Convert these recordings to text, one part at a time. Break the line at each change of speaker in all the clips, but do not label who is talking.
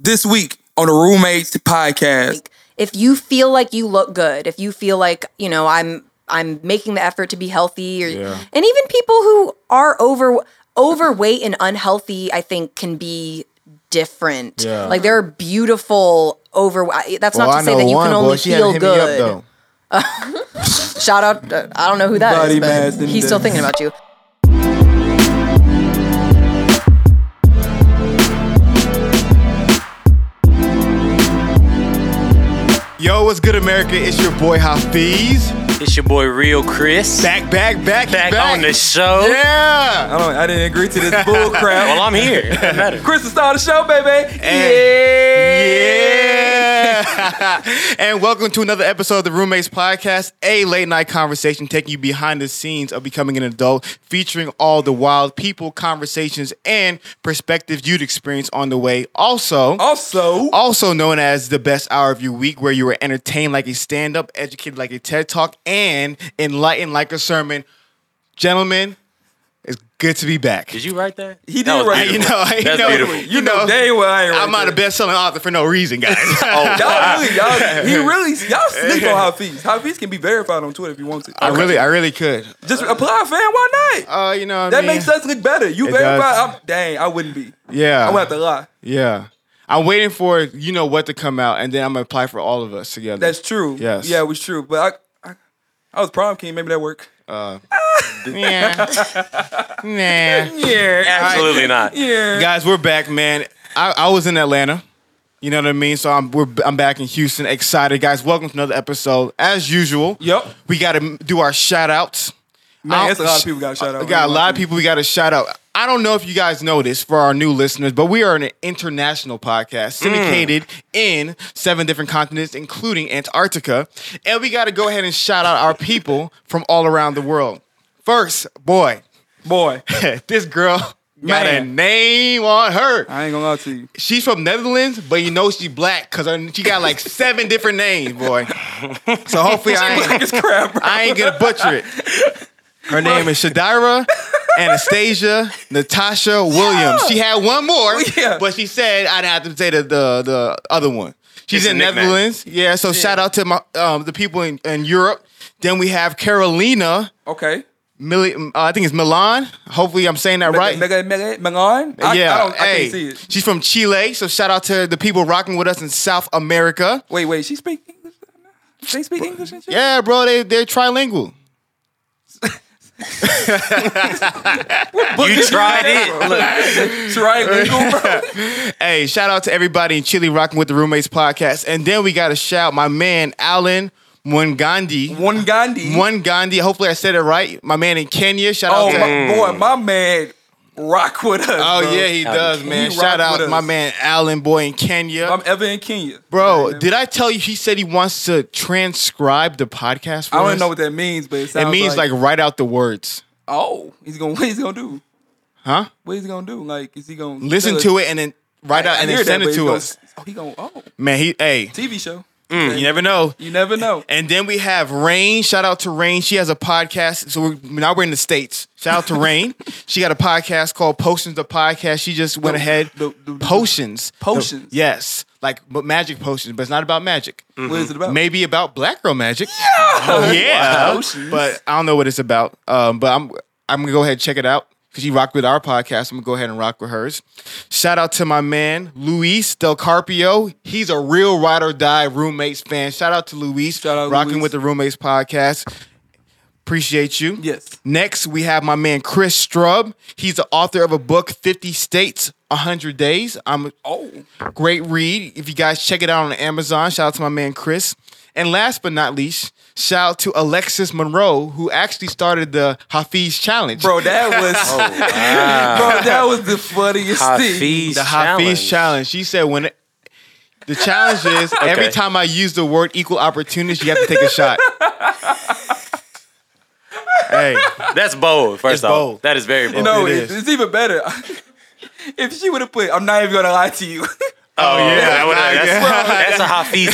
this week on the Roommates podcast.
If you feel like you look good, if you feel like, you know, I'm I'm making the effort to be healthy or
Yeah.
and even people who are over overweight and unhealthy, I think can be different.
Yeah.
Like there are beautiful over I- that's
Well,
not
Oh, I
to say
know
that you
one,
can only
boy. She had to
feel
hit me up
good.
though.
Shout out uh, I don't know who that is.
Body
but
mass and
he's still
this.
thinking about you.
Yo, what's good, America? It's your boy Hafiz.
It's your boy Real Chris.
Back, back, back, he's
Back
back,
on the show.
Yeah.
I don't. I didn't agree to this bull crap.
Well, I'm here. It doesn't matter.
Chris is starting the show, baby.
Yeah. and welcome to another episode of the Roommates Podcast, a late night conversation taking you behind the scenes of becoming an adult, featuring all the wild people, conversations, and perspectives you'd experience on the way. Also,
Also,
also known as the best hour of your week, where you are entertained like a stand up, educated like a TED talk, and enlightened like a sermon. Gentlemen, it's good to be back.
Did you write that?
He did
That was
write it.
You
beautiful.
know, you
That's
know,
beautiful.
you know, dang well I ain't right
I'm not a
there.
best selling author for no reason, guys.
Y'all really, y'all, he really, y'all sleep on Hafiz. Hafiz can be verified on Twitter if you want to.
I really, I really could.
just apply, fam. Why not?
Uh, you know, what I
that
mean?
makes us look better. You
It
verified?
does.
I'm, dang, I wouldn't be.
Yeah,
I'm gonna have to lie.
yeah. I'm waiting for you know what to come out, and then I'm gonna apply for all of us together.
That's true.
Yes.
Yeah, it was true. But I, I, I was prom king. Maybe that work.
yeah, nah.
Yeah.
Absolutely not.
Yeah.
guys, we're back, man. I, I was in Atlanta. You know what I mean? So I'm we're I'm back in Houston, excited, guys. Welcome to another episode. As usual,
Yep.
We got to do our shout outs.
Man, it's a lot of people got to shout out.
We got a lot of people we got to shout out. I don't know if you guys know this for our new listeners, but we are an international podcast
Mm.
syndicated in seven different continents, including Antarctica. And we got to go ahead and shout out our people from all around the world. First, boy,
Boy,
this girl got a
Man.
name on her.
I ain't gonna lie to you.
She's from Netherlands, but you know she black because she got like seven different names, boy. So hopefully I ain't,
It's crap, bro.
I ain't gonna butcher it. Her name is Shadira Anastasia Natasha Williams. She had one more,
Yeah.
but she said I'd have to say the the, the other one. She's
It's a
in
nickname.
Netherlands, yeah. So shout out to my um, the people in, in Europe. Then we have Carolina.
Okay.
Mili- uh, I think it's Milan. Hopefully, I'm saying that right.
Mega, mega, Megan. I,
yeah,
I, don't, I
hey,
can't see it.
she's from Chile, so shout out to the people rocking with us in South America.
Wait, wait. She speak English? They speak English and shit?
Yeah, bro, they they're trilingual.
You tried it. Look,
Triangle, bro.
Hey, shout out to everybody in Chile rocking with the Roommates podcast, and then we got to shout my man Alan Mwangandi.
One Gandhi.
Mwangandi, hopefully I said it right. My man in Kenya, shout
Oh,
out. To
my, boy, my man rock with us.
Oh
bro.
yeah, he does, man.
He
Shout
rock
out
with
my
us.
man Alan Boy in Kenya.
I'm ever in Kenya.
Bro, did I tell you he said he wants to transcribe the podcast for
I don't
us?
even know what that means, but it
it
sounds
means like, write out the words.
oh, he's gonna what he's gonna do?
Huh?
What he's gonna do? Like, is he gonna
Listen to it and then write out and then send it to us.
Oh, he gonna oh
Man, he hey,
TV show.
you never know.
You never know.
And then we have Rain. Shout out to Rain. She has a podcast. So we're, now we're in the states. Shout out to Rain. she got a podcast called Potions the Podcast. She just went
The-
ahead.
the- the-
potions.
Potions? Mm.
The- yes, like but magic potions, but it's not about magic.
What is it about?
Maybe about black girl magic. Oh, yeah.
Potions.
But I don't know what it's about. Um, but I'm I'm gonna go ahead and check it out because you rocked with our podcast. I'm gonna go ahead and rock with hers. Shout out to my man Luis Del Carpio. He's a real ride or die roommates fan. Shout out to Luis.
Shout out,
rocking
Luis.
with the roommates podcast. Appreciate you.
Yes.
Next, we have my man Chris Strub. He's the author of a book, 50 States, 100 Days. I'm
Oh,
Great read. If you guys check it out on Amazon, shout out to my man Chris. And last but not least, shout out to Alexis Monroe, who actually started the Hafiz Challenge.
bro, that was
Oh,
bro, that was the funniest thing.
Hafiz
the Hafiz Challenge. She said when it, the challenge is every
Okay.
time I use the word equal opportunity, you have to take a shot. hey,
That's bold. First
It's
off,
bold.
that is very bold.
No,
It
it's,
is.
it's even better. if she would have put, I'm not even gonna lie to you.
oh yeah, that would've-
yeah.
that's, that's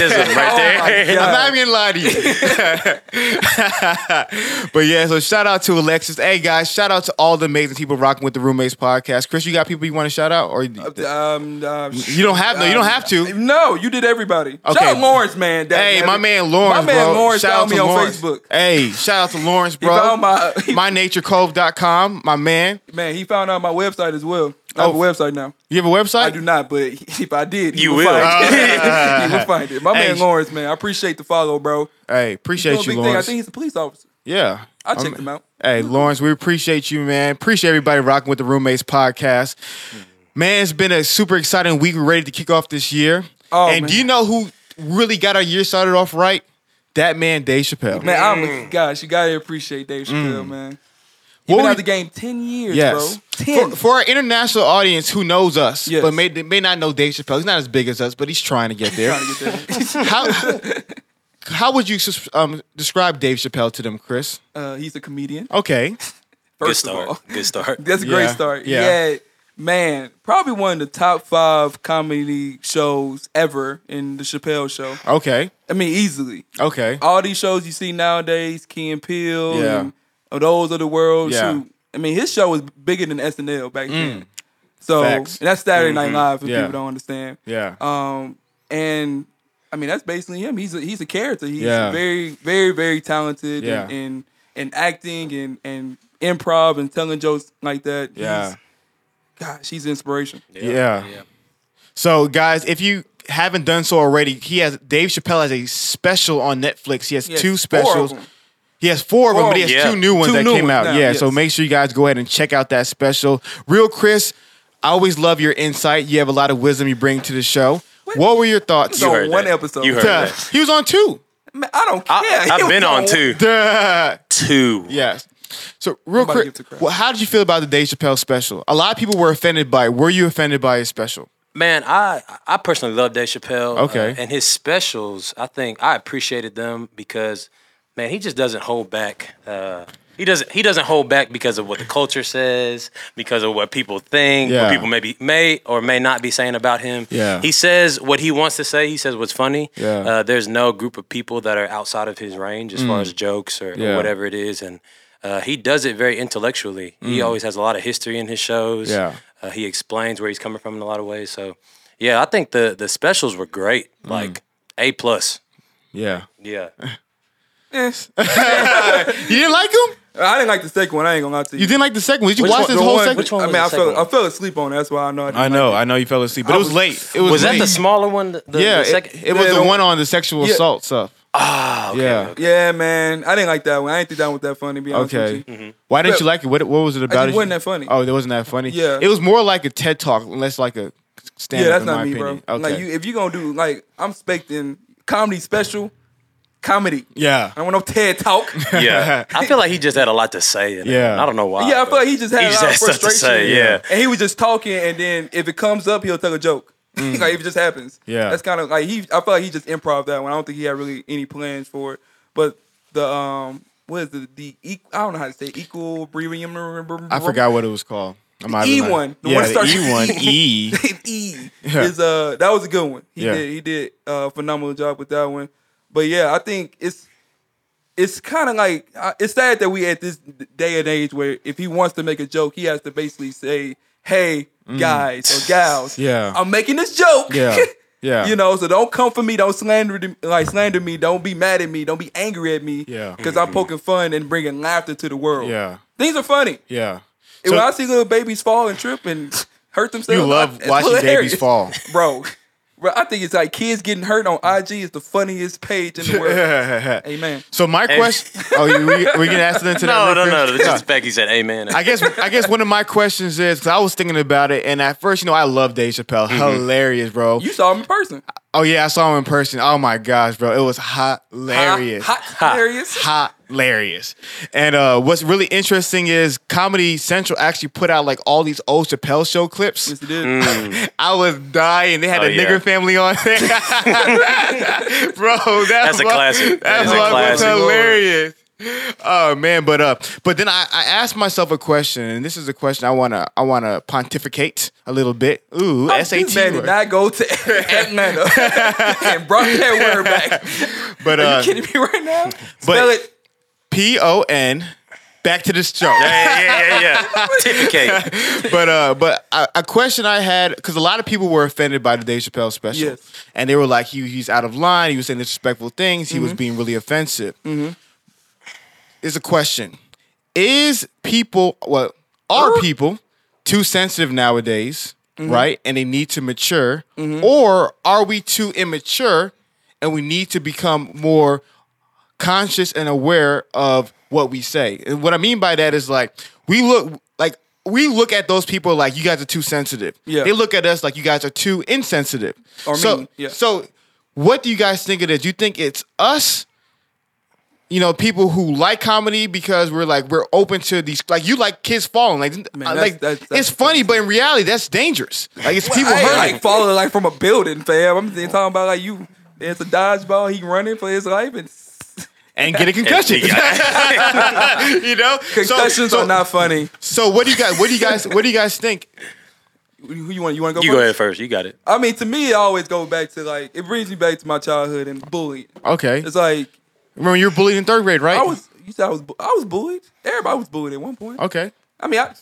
That's a Hafizism right there.
Oh God.
I'm not even gonna lie to you. but yeah, so shout out to Alexis. Hey guys, shout out to all the amazing people rocking with the Roommates podcast. Chris, you got people you want to shout out, or you
Um, uh, sh-
don't have no, you don't have to.
no, you did everybody. Shout
Okay.
out Lawrence, man. That-
Hey,
that-
my man Lawrence,
My man
bro.
Lawrence
shout
found
out
me
to
on
Lawrence.
Facebook.
Hey, shout out to Lawrence, bro.
found my- he-
MyNatureCove.com, my man.
Man, he found out my website as well. I have
Oh.
a website now.
You have a website?
I do not, but if I did, he
You
would
will.
Find it. he would find it. My
Hey.
man Lawrence, man, I appreciate the follow, bro.
Hey,
Doing a
appreciate
big
you,
thing. I
Lawrence.
think he's a police officer.
yeah,
I
I'm-
checked him out.
Hey, Lawrence, we appreciate you, man. Appreciate everybody rocking with the Roommates podcast.
Mm-hmm.
Man, it's been a super exciting week. We're ready to kick off this year.
Oh,
and
man.
do you know who really got our year started off right? That man, Dave Chappelle.
Man,
Mm.
I'm gosh, you gotta appreciate Dave Chappelle, man. He
What
been
we-
out the game ten years,
yes.
bro. Ten.
For, for our international audience who knows us,
Yes.
but may, they may not know Dave Chappelle, he's not as big as us, but he's trying to get there.
Trying to get that.
how, how would you sus- um, describe Dave Chappelle to them, Chris?
Uh, he's a comedian.
Okay.
Good
First of all,
start. Good start.
that's a great
Yeah,
start.
yeah.
Yeah. man, probably one of the top five comedy shows ever in the Chappelle Show.
Okay.
I mean, easily.
Okay.
all these shows you see nowadays, Key and Peele,
Yeah.
and of those of the world.
Yeah. Mm.
Shoot, I mean, his show was bigger than SNL back then. So,
Facts. Mm-hmm.
and that's Saturday Night Live if
Yeah.
people don't understand.
Yeah.
Um, and I mean, that's basically him. He's a, he's a character. He's
Yeah.
very, very, very talented
Yeah.
in, in in acting and and improv and telling jokes like that.
yeah.
He's, gosh, he's inspiration.
Yeah. So, guys, if you haven't done so already, he has Dave Chappelle has a special on Netflix. He has
He has four
two
of
specials.
them.
He has four of them,
Four
but he
of
has
them.
two new ones
Two
that
new
came
ones
out.
now,
yeah. So
yes.
make sure you guys go ahead and check out that special. Real Chris, I always love your insight. You have a lot of wisdom you bring to the show. What, were your thoughts?
You
You
on
heard
one
that.
episode.
You heard
Duh.
that.
He was on two.
Man, I don't care.
I,
He
I've
was
been on two.
Duh.
Two.
Yes. So real
Nobody
quick,
gives a crap.
well, how did you feel about the Dave Chappelle special? A lot of people were offended by it. Were you offended by his special?
Man, I I personally love Dave Chappelle. uh,
Okay.
and his specials, I think I appreciated them because, man, he just doesn't hold back. Uh, he doesn't he doesn't hold back because of what the culture says, because of what people think,
Yeah.
what people maybe may or may not be saying about him.
Yeah.
He says what he wants to say. He says what's funny.
Yeah.
Uh, there's no group of people that are outside of his range as far as jokes or, or
Mm. Yeah.
whatever it is, and uh, he does it very intellectually. He
Mm.
always has a lot of history in his shows.
Yeah.
Uh, he explains where he's coming from in a lot of ways. So, yeah, I think the the specials were great.
Mm.
Like a plus.
Yeah.
Yeah.
You didn't like him?
Eh. I didn't like the second one. I ain't gonna lie to you.
You didn't like the second one? Did you
Which
watch
one-
this
the
whole
one-
second?
which one
I
was
mean,
the
I
second
fell, I
one?
fell asleep on. it. That's why I know. I, didn't
I
like
know,
it.
I know you fell asleep, but
I
it was,
was-
late. It was,
Was that
late.
the smaller one? The, the
yeah?
second.
It, it was
Yeah,
the
the
one
one-
on the sexual
Yeah.
assault stuff.
Ah, okay,
Yeah.
okay, okay.
Yeah, man, I didn't like that one. I didn't think that one was that funny. To be honest
Okay. Mm.
with you.
Mm-hmm.
Why didn't you like it? What, what was it about?
just
It
wasn't that funny.
Oh, it wasn't that funny.
Yeah.
it was more like a TED talk, less like a stand.
Yeah, that's
in
not
my
me,
opinion.
bro.
Okay.
Like, you, if you gonna do like, I'm expecting comedy special, comedy.
yeah.
I don't want no TED talk. yeah,
Yeah. I feel like he just had a lot to say. In it.
Yeah.
I don't know why.
I feel
but
like he just had a lot of
stuff to
frustration.
say. Yeah.
and he was just talking, and then if it comes up, he'll tell a joke. like if it just happens.
Yeah.
that's kind of like he. I feel like he just improv that one. I don't think he had really any plans for it. But the um, what is the the equ- I don't know how to say it. equal brevium.
I forgot what it was called. I'm out of
E
line.
one. The
yeah,
one that starts
the E one.
with
E.
E is uh that was a good one. He
Yeah.
did he did a phenomenal job with that one. But yeah, I think it's it's kind of like uh, it's sad that we at this day and age where if he wants to make a joke, he has to basically say, "Hey guys or gals,
Mm. Yeah.
I'm making this joke."
Yeah. Yeah.
You know, so don't come for me. Don't slander to- like slander me. Don't be mad at me. Don't be angry at me.
Yeah. Mm-hmm.
because I'm poking fun and bringing laughter to the world.
Yeah.
things are funny.
Yeah.
And when
So-
I see little babies fall and trip and hurt themselves,
You love
I-
watching
hilarious.
babies fall.
bro. Bro, I think it's like kids getting hurt on IG is the funniest page in the world. Amen.
So my question. Oh, you, we, we gonna ask them to
No,
that?
no,
real
no.
quick?
This
Yeah.
is Becky said, "Amen."
I guess I guess one of my questions is because I was thinking about it, and at first, you know, I love Dave Chappelle,
Mm-hmm.
hilarious, bro.
You saw him in person.
oh yeah, I saw him in person. Oh my gosh, bro, it was hilarious,
Hot, hot, hilarious.
hilarious. And uh, what's really interesting is Comedy Central actually put out like all these old Chappelle show clips.
Yes, he did.
I was dying. They had
Oh,
a
yeah.
nigger family on there, bro. That's,
That's a
what-
classic. That
That's
is a
what was
classic.
hilarious. Oh man, but uh, but then I, I asked myself a question, and this is a question I wanna I wanna pontificate a little bit. Ooh, SAT.
This man did
word.
Oh, not go to Atlanta and brought that word back.
But
Are
uh,
you kidding me right now? Spell
but
it.
P O N. Back to this show.
Yeah, yeah, yeah, yeah. Typicate.
but uh, but a, a question I had because a lot of people were offended by the Dave Chappelle special,
Yes.
and they were like, he he's out of line. He was saying disrespectful things. He was being really offensive. Is a question: Is people well are people too sensitive nowadays,
Mm-hmm.
right? And they need to mature, or are we too immature and we need to become more conscious and aware of what we say. And what I mean by that is like we look like we look at those people like you guys are too sensitive.
Yeah.
They look at us like you guys are too insensitive.
Or
so
mean, yeah.
so what do you guys think of this? Do you think it's us you know, people who like comedy because we're like we're open to these. Like you like kids falling, like
Man,
uh,
that's-
like
that's- that's-
it's funny, but in reality, that's dangerous. Like it's people
I ain't,
hurting.
like falling like from a building, fam. I'm just talking about like you. It's a dodgeball. He running for his life, and
and get a concussion. you know, So-
concussions
so,
are not funny.
So what do you guys? What do you guys? What do you guys think?
Who you want? You want to go?
You
first?
go ahead first. You got it.
I mean, to me, it always goes back to like it brings me back to my childhood and bullying.
Okay,
It's like
Remember, you were bullied in third grade, right?
I was. You said I was. bu- I was bullied. Everybody was bullied at one point.
Okay.
I mean, I,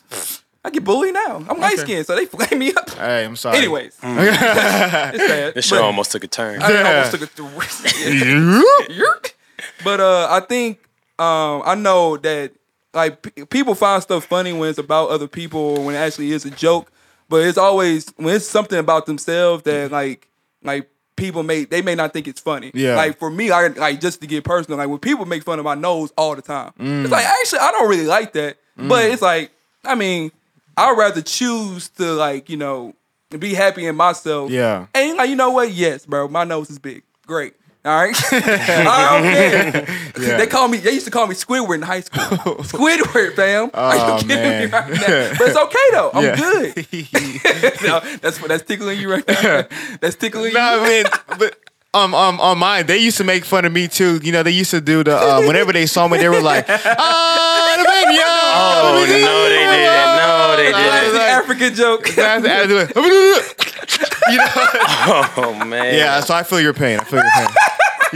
I get bullied now. I'm light skinned, so they flame me up.
Hey, I'm sorry.
Anyways, it's sad.
This show
but
almost took a turn.
I
Yeah.
almost took a th- Yerk. But uh, I think um, I know that like pe people find stuff funny when it's about other people or when it actually is a joke. But it's always when it's something about themselves that like like people may they may not think it's funny.
Yeah.
Like for me, I like just to get personal, like when people make fun of my nose all the time,
Mm.
it's like actually I don't really like that. But it's like I mean I'd rather choose to like you know be happy in myself.
Yeah.
And like you know what? Yes, bro, my nose is big. Great. All right. I don't care. They call me. They used to call me Squidward in high school. Squidward, fam. Are
Oh,
you kidding
man.
me right now? But it's okay though. I'm
Yeah.
good. no, that's that's tickling you right now. That's tickling you.
nah, man, but um, um, on mine, they used to make fun of me too. You know, they used to do the uh, whenever they saw me, they were like, "Ah, the baby, yo."
Oh no, they didn't. No, they
That's
didn't.
the African joke.
That's the attitude. you know?
Oh man.
Yeah, so I feel your pain. I feel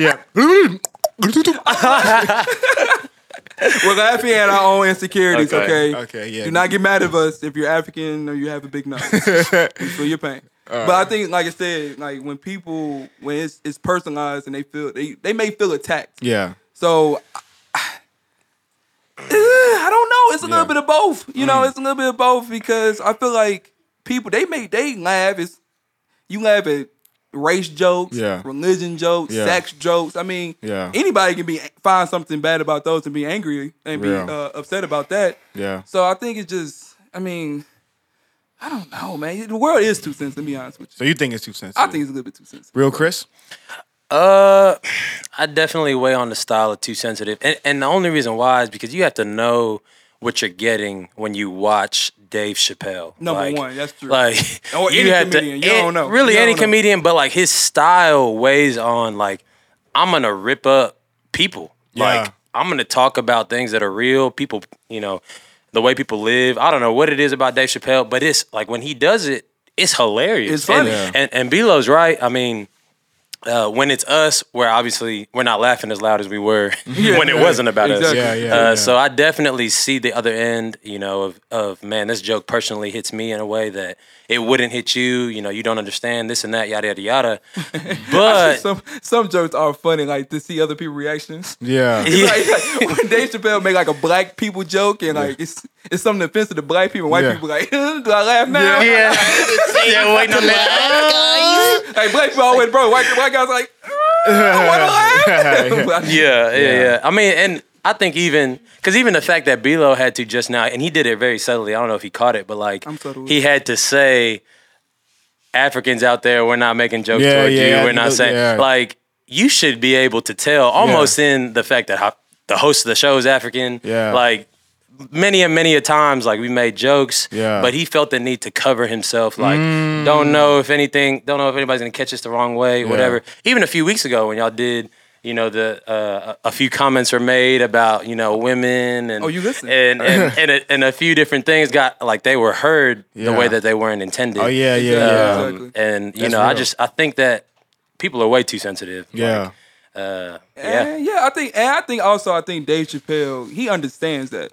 your pain. Yeah.
We're laughing at our own insecurities. Okay.
Okay,
okay, yeah.
Do not get mad at us if you're African or you have a big nose. we feel your pain. But I think, like I said, like when people when it's it's personalized and they feel they they may feel attacked.
yeah.
So I, I don't know. It's a
Yeah. Mm.
little bit of both. You know, it's a little bit of both because I feel like people they make they laugh. It's you laugh at race jokes,
Yeah.
religion jokes,
Yeah.
sex jokes. I mean,
Yeah.
anybody can be find something bad about those and be angry and be
Yeah.
uh, upset about that.
Yeah.
So I think it's just. I mean, I don't know, man. The world is too sensitive. To be honest with you,
So you think it's too sensitive?
I think it's a little bit too sensitive.
real, Chris.
Uh, I definitely weigh on the style of too sensitive, and and the only reason why is because you have to know what you're getting when you watch Dave Chappelle.
Number
Like-
one, that's true.
Like,
Or any comedian, you
it-
don't know.
eh, Really,
You
any
don't know.
comedian, but like his style weighs on like I'm gonna rip up people.
Yeah.
Like I'm gonna talk about things that are real. People, you know, the way people live. I don't know what it is about Dave Chappelle, but it's like when he does it, it's hilarious.
It's funny.
And, and and Belo's right. I mean uh, when it's us, we're obviously we're not laughing as loud as we were when it wasn't about
Exactly.
us.
Yeah,
yeah,
uh,
yeah.
So I definitely see the other end, you know, of, of man, this joke personally hits me in a way that it wouldn't hit you. You know, you don't understand this and that, yada yada yada. But
Some some jokes are funny, like to see other people reactions.
Yeah.
Yeah.
Like, like, when Dave Chappelle make like a black people joke and like it's it's something offensive to black people, white
Yeah.
people like, do I laugh now?
yeah, yeah, wait no
Like black people always bro, white white guys like, I wanna laugh.
Yeah, yeah, yeah, I mean, and I think even because even the fact that Bilo had to just now, and he did it very subtly. I don't know if he caught it, but like
I'm subtle.
he had to say, "Africans out there, we're not making jokes
Yeah,
towards
yeah,
you.
I
We're not
know-
saying
yeah.
like you should be able to tell." Almost in the fact that ho- the host of the show is African.
Yeah.
like many and many a times like we made jokes
Yeah.
but he felt the need to cover himself like
Mm.
don't know if anything don't know if anybody's gonna catch us the wrong way whatever even a few weeks ago when y'all did you know the uh, a a few comments are made about you know women and
Oh, you listen.
and and and a, and a few different things got like they were heard the way
Yeah.
that they weren't intended. Um,
Oh yeah, yeah,
Yeah,
yeah.
exactly.
And you
That's
know, I
real.
just I think that people are way too sensitive.
yeah.
Uh, yeah.
And yeah, I think, and I think also, I think Dave Chappelle he understands that.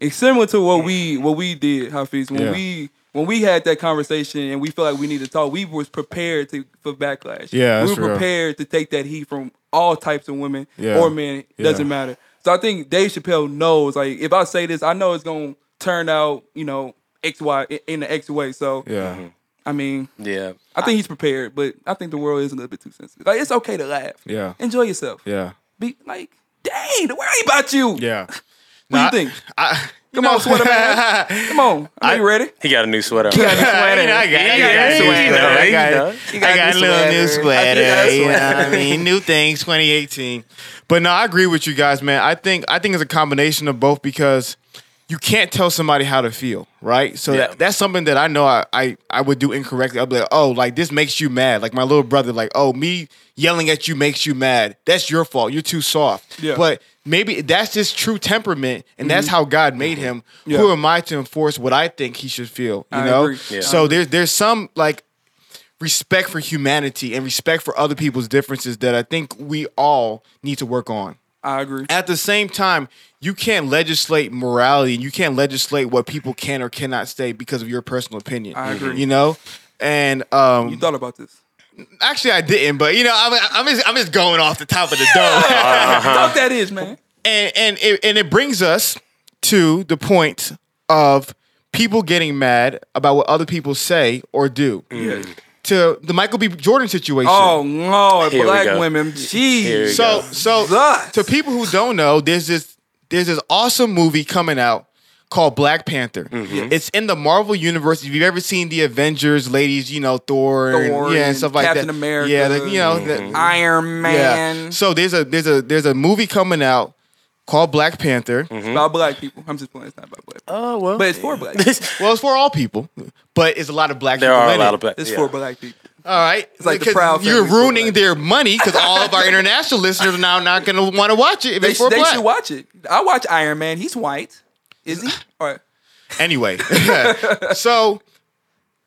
It's similar to what we what we did, Hafiz. When
Mm-hmm. Yeah.
we when we had that conversation and we felt like we needed to talk, we was prepared to for backlash.
Yeah,
we
that's
were
real.
prepared to take that heat from all types of women
Yeah.
or men. It
Yeah.
doesn't matter. So I think Dave Chappelle knows. Like, if I say this, I know it's gonna turn out, you know, X Y in the X way. So
Yeah.
I mean,
Yeah.
I think he's prepared, but I think the world is a little bit too sensitive. Like, it's okay to laugh.
Yeah.
enjoy yourself
Yeah.
be like, dang, the world ain't about you.
Yeah.
What do
Nah,
you think?
I,
Come on, sweater man. Come on. Are you ready?
He got a new sweater.
You know, I got, I got,
got
a
a
sweater.
sweater.
I
You
got,
know.
I got, a little new sweater. You know what I mean? New things, 2018. But no, I agree with you guys, man. I think I think it's a combination of both because you can't tell somebody how to feel, right? So
Yeah.
that, that's something that I know I, I I would do incorrectly. I'd be like, oh, like this makes you mad. Like my little brother, like, oh, me yelling at you makes you mad. That's your fault. You're too soft.
Yeah. Mm-hmm.
But maybe that's his true temperament, and that's how God made him. Who
Yeah.
am I to enforce what I think he should feel? You
I
know.
agree. Yeah.
So there's there's some like respect for humanity and respect for other people's differences that I think we all need to work on.
I agree.
At the same time, you can't legislate morality and you can't legislate what people can or cannot say because of your personal opinion.
I agree.
You know? And um,
You thought about this.
actually, I didn't, but you know, I'm, I'm just I'm just going off the top of the dome. Uh-huh.
Talk that is, man.
and and it, and it brings us to the point of people getting mad about what other people say or do.
Yeah.
To the Michael B. Jordan situation.
Mm. Oh Lord,
Here we
black
go.
women.
Here we
Jeez.
go.
so so
Jesus.
to people who don't know, there's this there's this awesome movie coming out called Black Panther.
Mm-hmm.
It's in the Marvel universe. If you've ever seen the Avengers, ladies, you know Thor,
Thor
and, yeah,
and
and stuff like
Captain
that.
America. Mm-hmm.
Yeah, like, you know, the-
Iron Man.
yeah. So there's a there's a there's a movie coming out called Black Panther.
It's about black people. I'm just playing. It's not about black people.
Oh well.
But it's for black people.
Well, it's for all people, but it's a lot of black
there
people.
are a
in
lot
it.
of black.
It's
yeah.
for black people.
All right, it's
like the Proud
You're
Family for
ruining
black.
their money because all of our international listeners are now not going to want to watch it if
They,
it's for
they
black.
should watch it. I watch Iron Man. He's white. Is he? Or
Anyway, so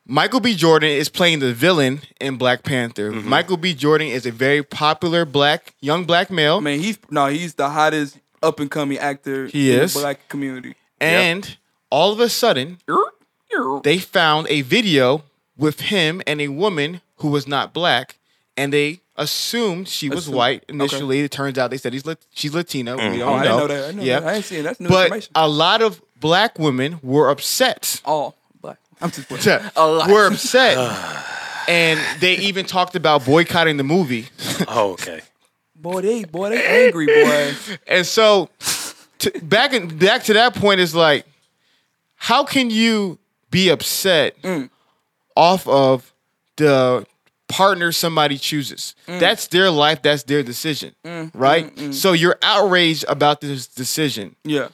Michael B. Jordan is playing the villain in Black Panther.
Mm-hmm.
Michael B. Jordan is a very popular black young black male,
I mean, he's no. He's the hottest up and coming actor.
He
in
is.
the black community.
and all of a sudden they found a video with him and a woman who was not black, and they assumed she was
Assumed.
white initially. It turns out they said he's lat- she's Latina. We don't
Oh, I
know.
didn't know that. I didn't know
yeah,
that. I ain't seen that. That's new
but
information.
a lot of black women were upset.
all black. I'm just playing.
To, were upset, and they even talked about boycotting the movie.
Oh okay.
Boy, they boy they angry boy.
And so, to, back in, back to that point is like, how can you be upset off of the partner somebody chooses? That's their life. That's their decision, right? So you're outraged about this decision,
Yeah,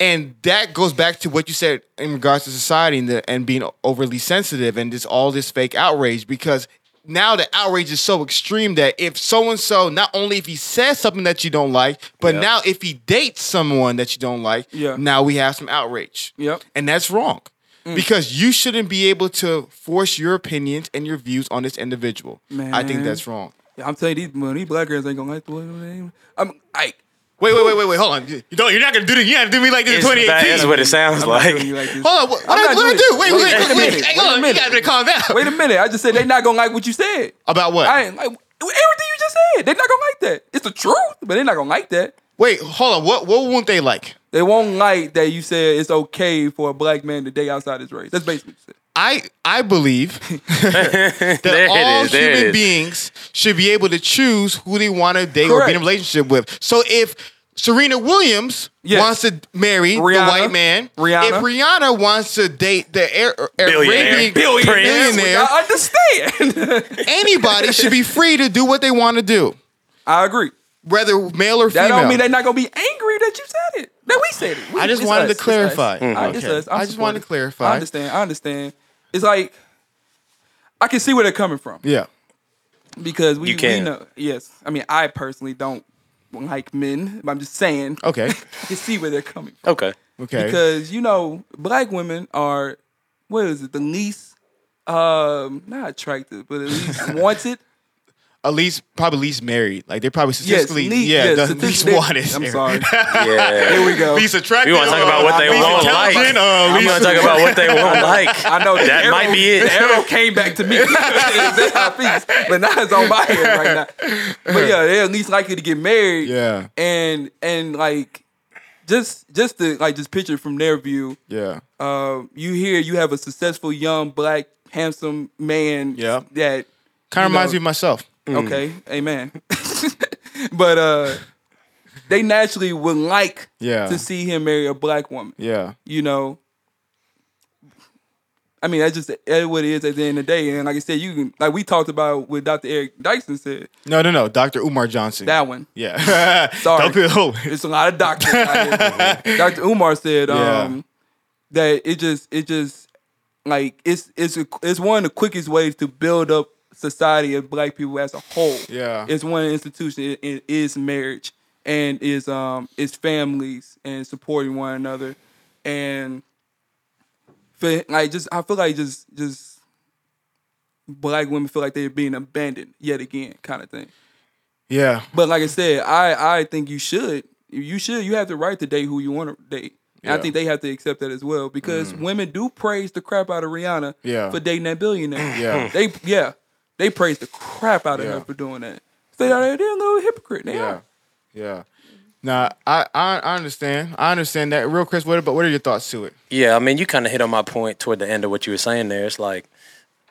and that goes back to what you said in regards to society and, the, and being overly sensitive and just all this fake outrage because now the outrage is so extreme that if so and so not only if he says something that you don't like but
Yeah.
now if he dates someone that you don't like
Yeah.
now we have some outrage
Yep.
and that's wrong because you shouldn't be able to force your opinions and your views on this individual i think
Man.
that's wrong
yeah I'm telling you, these, man, these black girls ain't gonna like the way they. I'm like,
wait wait wait wait wait hold on you don't, you're not gonna do this you gotta do me like this in
It's- that is
2018
what it sounds
I'm not
like.
doing you like this.
Hold on. What,
I'm
what,
not
what I
doing
do?
it.
Wait,
Wait
wait, wait,
a
wait,
minute.
Hang
Wait a
on. You
minute.
got to calm down.
Wait a minute, I just said they not gonna like what you said.
About what?
I ain't like everything you just said. They not gonna like that. It's the truth, but they not gonna like that.
wait, hold on. What what won't they like?
They won't like that you said it's okay for a black man to date outside his race. That's basically what you said.
I I believe that
There it
all
is, there it
human
is.
beings should be able to choose who they want to date or be in
Correct.
a relationship with. So if Serena Williams
Yes.
wants to marry
Rihanna.
the white man,
Rihanna.
if Rihanna wants to date the Ar- Ar-
Billionaire.
Arabian
Billionaire.
billionaire,
I understand.
anybody should be free to do what they want to do,
I agree.
whether male or
That
female.
don't mean they're not gonna be angry that you said it. That we said it. We-
I just
it's
wanted
us,
to
it's us.
clarify.
I,
Mhm.
it's
Okay.
us. I'm
I just wanted to
supportive.
clarify.
I understand. I understand. It's like I can see where they're coming from.
Yeah.
because we,
You can.
we know. Yes, I mean I personally don't like men. but I'm just saying.
Okay.
You see where they're coming from.
Okay.
Okay.
Because you know, black women are what is it? The least um not attractive, but at least wanted.
at least probably least married. Like they're probably
Yes,
statistically
le-
yeah,
yes,
the least
statistic-
wanted.
I'm
area.
sorry.
Yeah.
Here we go.
Least attractive.
We want to talk about what they
uh, least
won't like.
intelligent, uh,
I'm
least-
going to talk about what they won't like.
I know the
that
arrow-
might be
The
it.
arrow came back to me. That's how it feels. but now it's on my head right now. But yeah, they're at least likely to get married.
Yeah.
and and like just just to like just picture from their view.
Yeah.
Um, you hear you have a successful young black handsome man.
Yeah.
that
Kind
you
of reminds
know-
me of myself.
Mm.
Okay, amen. but uh, they naturally would like
Yeah.
to see him marry a black woman
Yeah.
you know. I mean, that's just that's what it is at the end of the day. And like I said, you can like we talked about with Dr. Eric Dyson said
No, no, no. Dr. Umar Johnson.
that one.
yeah.
Sorry.
Dr. Umar.
It's a lot of doctors. out here. Dr. Umar said um,
Yeah.
that it just it just like it's it's a, it's one of the quickest ways to build up society of black people as a whole.
Yeah.
it's one institution. It, it is marriage and is um is families and supporting one another and for, like just I feel like just just black women feel like they're being abandoned yet again kind of thing.
Yeah.
But like I said, I I think you should. You should. You have the right to date who you want to date. And
Yeah. Mm.
I think they have to accept that as well because women do praise the crap out of Rihanna
Yeah.
for dating that billionaire.
Yeah.
They yeah. They praise the crap out of
Yeah.
her for doing that. So they're, they're a little hypocrite. They
Yeah.
are.
Yeah. Nah, I, I I understand. I understand that. Real Chris, what about what are your thoughts to it?
Yeah, I mean, you kind of hit on my point toward the end of what you were saying there. It's like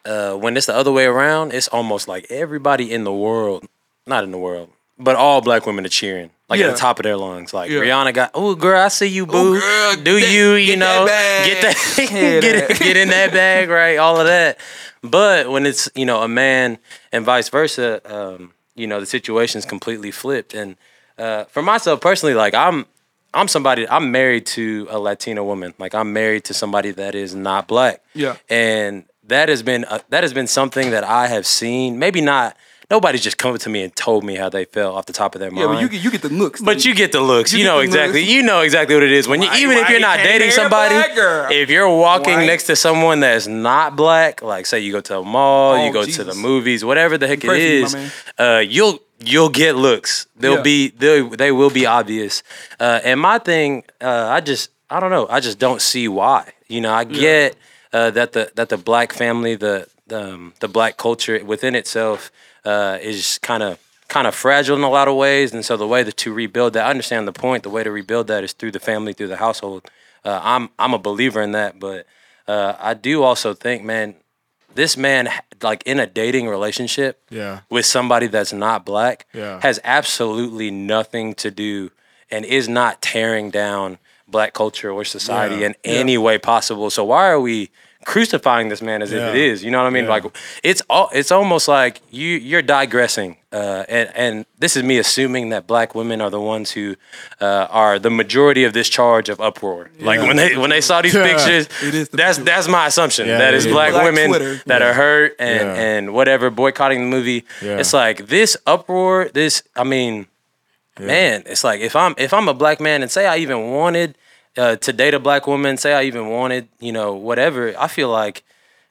uh, when it's the other way around, it's almost like everybody in the world, not in the world, but all black women are cheering, like at
Yeah.
the top of their lungs. Like
Yeah.
Rihanna got, oh girl, I see you, boo.
girl,
Do
get-
you, you
get that
know,
bag."
get that,
Yeah,
get,
that.
it, get in that bag, right? All of that. But when it's you know a man and vice versa, um, you know the situation's completely flipped. And uh, for myself personally, like I'm I'm somebody I'm married to a Latino woman. Like I'm married to somebody that is not black.
Yeah.
And that has been uh, that has been something that I have seen. Maybe not. Nobody's just come up to me and told me how they felt off the top of their
Yeah,
mind.
but you get you get the looks.
But you get the looks. You,
get
know
the
exactly.
looks.
You know exactly what it is when you,
Why-
even if
why
you're
you
not
can't
dating
marry a
somebody,
black girl?
if you're walking
Why?
next to someone that's not black, like say you go to a mall,
Oh,
you go to
Jesus.
the movies, whatever the heck it
Pray
is,
for me,
uh, you'll you'll get looks. They'll
Yeah.
be they they will be obvious. Uh, and my thing, uh, I just I don't know. I just don't see why. You know, I get uh, that the that the black family, the the, um, the black culture within itself uh, is kind of kind of fragile in a lot of ways. And so the way that to rebuild that, I understand the point. The way to rebuild that is through the family, through the household. Uh, I'm I'm a believer in that, but uh, I do also think, man, this man h- like in a dating relationship
Yeah.
with somebody that's not black
Yeah.
has absolutely nothing to do and is not tearing down black culture or society
Yeah.
in any way possible so why are we crucifying this man as if it
Yeah.
is you know what i mean like it's all it's almost like you you're digressing uh, and and this is me assuming that black women are the ones who uh, are the majority of this charge of uproar like when they when they saw these
Yeah.
pictures
It is the
that's
majority.
that's my assumption
Yeah,
that
it
is
is.
black,
Black
women
Twitter.
that are hurt and
Yeah.
and whatever boycotting the movie.
Yeah.
It's like this uproar. This I mean, man, it's like if I'm if I'm a black man and say I even wanted uh, to date a black woman, say I even wanted you know whatever. I feel like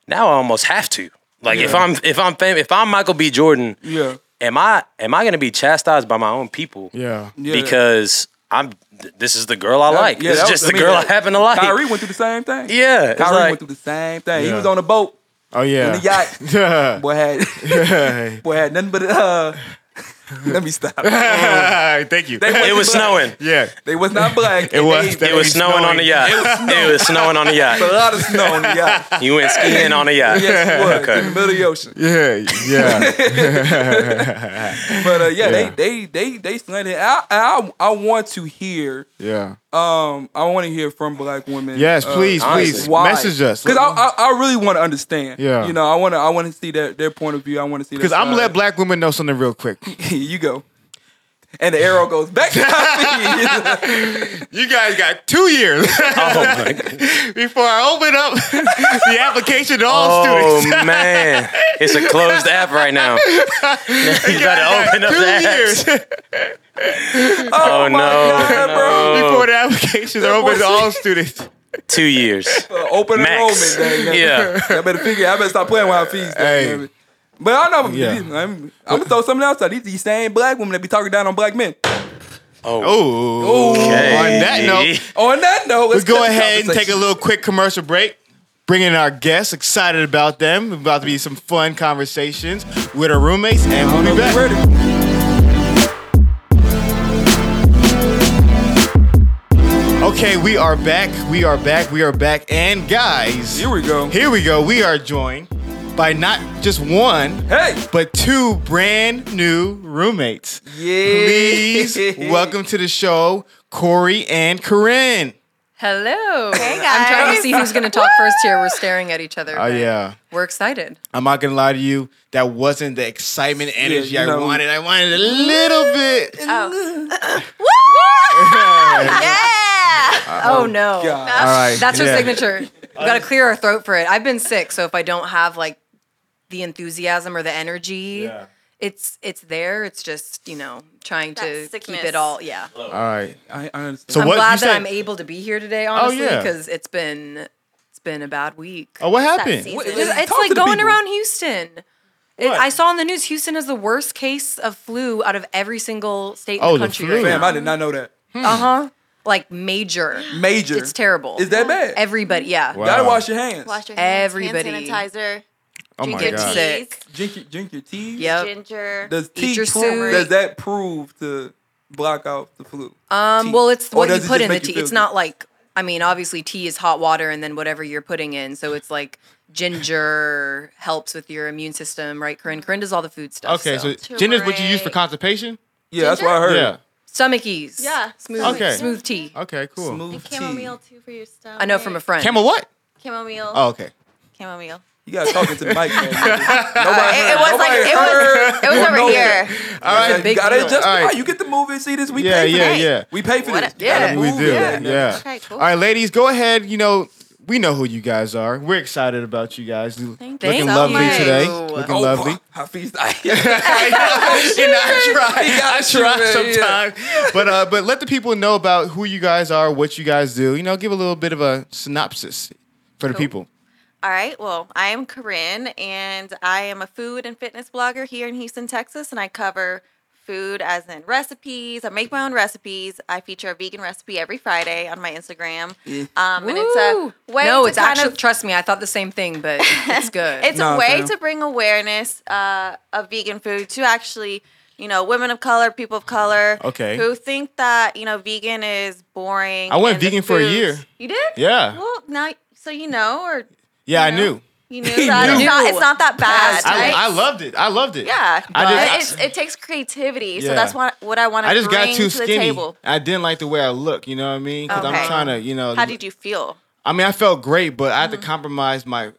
now I almost have to. Like if I'm if I'm famous, if I'm Michael B. Jordan,
Yeah.
am I am I gonna be chastised by my own people?
Yeah.
Yeah.
because I'm. th- This is the girl I like.
Yeah,
this
that
is
was-
just
I
the
mean,
girl I
that-
happen to like.
Kyrie went through the same thing.
Yeah, it's
Kyrie
like-
went through the same thing. He
Yeah.
was on a boat
Oh yeah.
in the yacht.
Yeah.
Boy had boy had nothing but uh. let me stop.
Thank you.
They
it was snowing.
yeah.
They was not black.
It was.
They,
It was snowing, on the yacht. It was snowing on the
a
yacht.
lot of snow on the yacht.
You went skiing on the yacht.
Yes, it was
Okay.
in the middle of the ocean.
Yeah. Yeah.
But uh, yeah,
Yeah.
they they they they slanted. I, I I want to hear.
Yeah.
Um, I want to hear from black women. uh,
Yes, please,
honestly.
please message us.
because I, I I really want to understand.
Yeah.
you know, I want to I want to see their their point of view. I want to see
Because
their
I'm
side.
let black women know something real quick.
you go. and the arrow goes back to my feet.
You guys got two years
Oh my god.
before I open up the application to all
Oh
students.
man, it's a closed app right now. you gotta open up
Two
the apps.
years
Oh,
Oh,
my
no.
God, bro.
before the applications are open to all students.
Two years.
Uh, open
Max.
enrollment day.
Yeah.
I better figure. I better stop playing with our fees.
Hey.
Hey. But I know.
Yeah.
I'm, I'm gonna throw something else out. These these same black women that be talking down on black men.
Oh.
Oh, on that note,
On that note,
let's
let's
go
cut the
ahead and take a
conversation.
little quick commercial break. Bring in our guests, excited about them. About to be some fun conversations with our roommates, and we'll be back.
Ready?
Okay, we are back. We are back. We are back. And guys,
Here we go.
Here we go. We are joined by not just one,
Hey.
but two brand new roommates.
Yeah.
Please welcome to the show, Corey and Corinne.
Hello. Hey
guys.
I'm trying to see who's going to talk first here. We're staring at each other.
Oh
but
yeah.
We're excited.
I'm not gonna lie to you, that wasn't the excitement energy
you know- Uh,
I wanted. I wanted a little bit.
Uh, Yeah. Oh, no.
God.
All right.
That's her
yeah.
signature. We've got to clear our throat for it. I've been sick, so if I don't have like the enthusiasm or the energy, it's it's there. It's just, you know, trying
That
to
sickness.
keep it all. Yeah.
All right.
I, I understand.
So
I'm
what you
glad that
said- Oh,
I'm able to be here today, honestly,
yeah.
because it's been it's been a bad week.
Oh, what happened?
Sexy.
What-
It's, it's
talk to
like
the
going
people.
around Houston. It,
What?
I saw on the news Houston has the worst case of flu out of every single state in
Oh, the
the country
flu.
Fam, I
right
did not know that.
now. Uh huh. Like major.
Major.
It's terrible.
Is that bad?
Everybody, yeah.
Wow.
Gotta wash your hands.
Wash your hands,
Everybody.
hand sanitizer,
Oh
drink
my
your
god.
Sick.
teas,
Drink your, drink your tea.
Yep.
ginger.
Does
Eat
tea
your
prove-
soup.
does that prove to block out the flu? Tea.
Um, well, it's
Or
what you
does it
put
just
in the
make you
tea.
feel
It's
good?
not like, I mean, obviously, tea is hot water and then whatever you're putting in. So it's like ginger helps with your immune system, right, Corinne? Corinne does all the food stuff.
Okay, so
So-
ginger's what you use for
Turmeric.
constipation?
Yeah, that's what I heard.
Yeah.
stomach ease.
Yeah,
Smooth,
Okay.
smooth tea.
Okay, cool.
Smooth
and
tea.
chamomile too for your stomach.
I know from a friend.
Camel what?
Chamomile.
Oh, okay.
Chamomile.
You gotta talk into the mic, man. Nobody heard.
it was like-
Nobody
it was-
heard.
It was over
knows
here.
All right.
You
big
gotta
deal.
adjust.
All right.
Oh, you get the movie. See this? We
Yeah,
pay for
yeah,
this.
yeah.
We pay for
What
this.
a-
You gotta
yeah.
We
move
do.
with
Yeah.
that.
Okay, cool.
All right, ladies, go ahead. You know, we know who you guys are. We're excited about you guys.
Thank
Looking
you.
lovely
Thank you.
today. Looking
Oh,
lovely.
Hafiz, I-
I
Oh,
know. And I try.
He got
I try
you, man, yeah.
sometimes. But uh, but let the people know about who you guys are, what you guys do. You know, give a little bit of a synopsis for the people.
All right. Well, I am Corinne, and I am a food and fitness blogger here in Houston, Texas, and I cover food as in recipes. I make my own recipes. I feature a vegan recipe every Friday on my Instagram. Um, and it's
Woo.
a way
no,
to
it's
kind
actually
of
trust me. I thought the same thing, but it's good.
It's
Nah,
a way
fam.
to bring awareness uh, of vegan food to actually, you know, women of color, people of color,
Okay.
who think that you know vegan is boring.
I went
and the
vegan for a
foods-
year.
You did?
Yeah.
Well, now so you know, or
Yeah, I
you know,
knew.
You knew
He
that
knew.
it's not it's not that bad.
I,
right?
I loved it. I loved it.
yeah,
I
It-
just,
it's, it takes creativity,
Yeah.
so that's what what I want
I,
to
just
bring
got too
to the
skinny.
table.
I didn't like the way I look. You know what I mean? Because I'm
Okay.
trying to, you know.
How did you feel?
I mean, I felt great, but I had
Mm.
to compromise my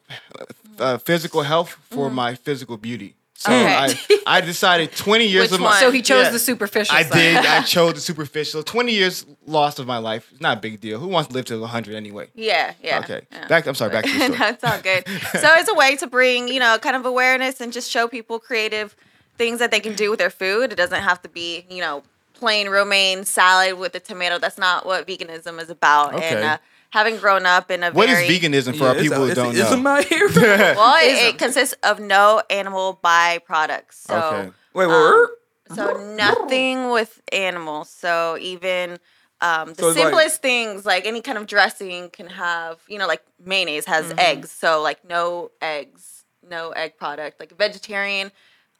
uh, physical health for my physical beauty. So
Mm. Okay.
I, I decided 20 years
Which
of my
one?
so he chose
Yeah.
the superficial.
I
side.
did. I chose the superficial. 20 years lost of my life. It's not a big deal. Who wants to live to 100 anyway?
Yeah, yeah.
Okay.
yeah.
Back. I'm sorry. Back to the story.
That's all good. So it's a way to bring, you know, kind of awareness and just show people creative things that they can do with their food. It doesn't have to be, you know, plain romaine salad with a tomato. That's not what veganism is about.
Okay.
And uh, having grown up in a
What is
very
veganism
Yeah,
for our
it's-
people who
it's-
don't
It's in
know?
my ear.
well, it, it consists of no animal byproducts. So
Okay.
Wait, what?
Um,
Oh,
so nothing with animals. So even um, the
So it's like-
simplest things, like any kind of dressing, can have you know, like mayonnaise has
Mm-hmm.
eggs. So like no eggs, no egg product. Like vegetarian,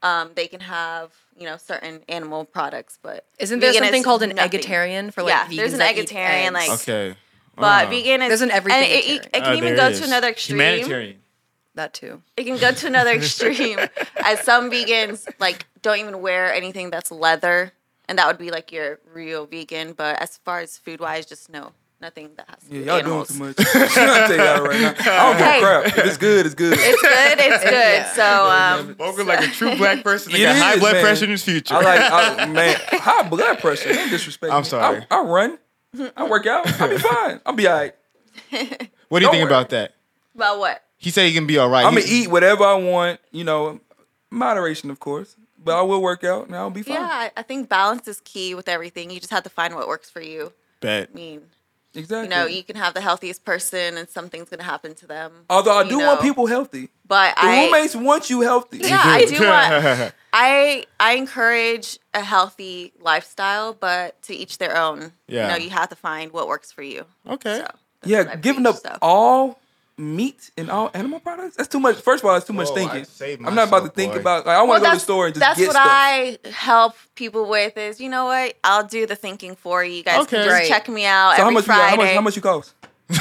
um, they can have you know certain animal products, but
Isn't there
vegan
something
is
called an
nothing.
eggetarian for like
yeah,
vegans?
there's an
that eat
eggetarian
eggs?
like,
Okay.
but
Wow.
vegan is
There's an everything
and it, it, it
vegetarian.
can
Ah, there
even go
it is.
to another extreme
Humanitarian.
that too.
it can go to another extreme as some vegans like don't even wear anything that's leather and that would be like your real vegan but as far as food wise just no nothing that has to
Yeah,
do with
y'all
animals.
doing too much. I'll tell y'all right now. I don't give a
Hey.
crap. If it's good, it's good.
It's good. It's good.
Yeah.
So um,
Spoken like a true black person that
It
got high
is,
blood
man.
pressure in his future.
I like I, man high blood pressure. Don't disrespect.
I'm
me.
sorry.
I, I run. I work out. I'll be fine. I'll be all right.
what do you
Don't
think
worry.
about that?
about what?
He said he can be all right.
I'm gonna
He-
eat whatever I want. You know, moderation, of course. But I will work out, and I'll be fine.
Yeah, I- I think balance is key with everything. You just have to find what works for you.
Bet.
I mean,
Exactly.
you know, you can have the healthiest person, and something's gonna happen to them.
Although I
you
do want
know.
people healthy.
But
The
I,
roommates want you healthy.
yeah, I do want. I I encourage a healthy lifestyle, but to each their own.
Yeah.
You know, you have to find what works for you.
okay.
Yeah,
what I
giving up
preach, so.
all meat and all animal products. That's too much. First of all, it's too much
Whoa, Oh, I
thinking.
saved
I'm not about to
myself,
think
boy.
about. Like, I want to go to the store and just
that's
get
what
stuff.
I help people with is you know what I'll do the thinking for you You guys
Okay.
can just
Right.
check me out
so how
every
much, you,
Friday
how much? How much you cost?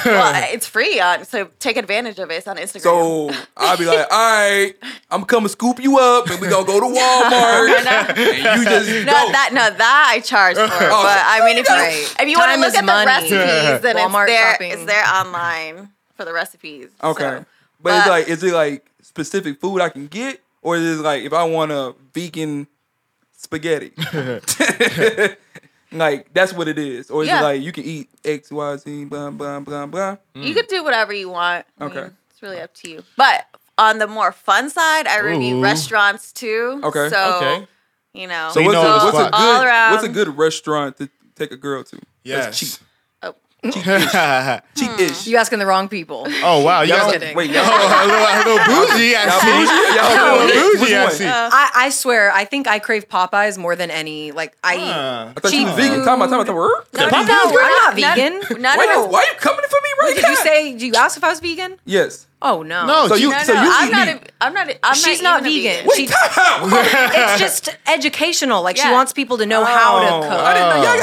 well, it's free on so take advantage of it it's on Instagram
So I'll be like, all right, I'm coming scoop you up, and we gonna go to Walmart, and you just
no
go. Oh,
that no that I charge for but I mean if you
Right.
if you want to
Time
look
is
at
money.
the recipes then
Walmart
it's there
shopping.
it's there online for the recipes
okay,
So,
but it's
but-
like, is it like specific food I can get, or is it like if I want a vegan spaghetti? Like that's what it is, or is
Yeah.
it like you can eat X, Y, Z, blah, blah, blah, blah.
you could do whatever you want I
Okay.
mean, it's really up to you but on the more fun side I review
Ooh.
restaurants too
Okay.
so
Okay.
you know
So We
what's,
know
a,
the
what's a
spot.
good
All around.
what's a good restaurant to take a girl to? That's
Yes.
Oh. Hmm.
cheap ish.
You asking the wrong people.
oh wow, y'all.
Y'all-
kidding.
wait, y'all,
Oh, a little, a little bougie,
y'all
I see.
bougie?
A
Y'all
little
bougie?
bougie, I
Which
see.
Uh,
one?
I, I swear, I think I crave Popeyes more than any. Like I eat.
Huh.
I thought you
Cheap
was vegan.
food.
Time out, time out, time out.
No,
No, I'm not vegan.
none
Why,
of
you, why you coming for me right
Did
now?
you say? Did you ask if I was vegan?
yes?
Oh no.
No,
So
she-
you,
No,
so
no,
you
I'm
eat
not.
meat.
A, I'm not. A, I'm
She's
not,
not
even a
vegan.
Wait,
she-
time out. Oh,
it's just educational. Like she
Yeah.
wants people to know Oh. how to cook.
I didn't know y'all. y'all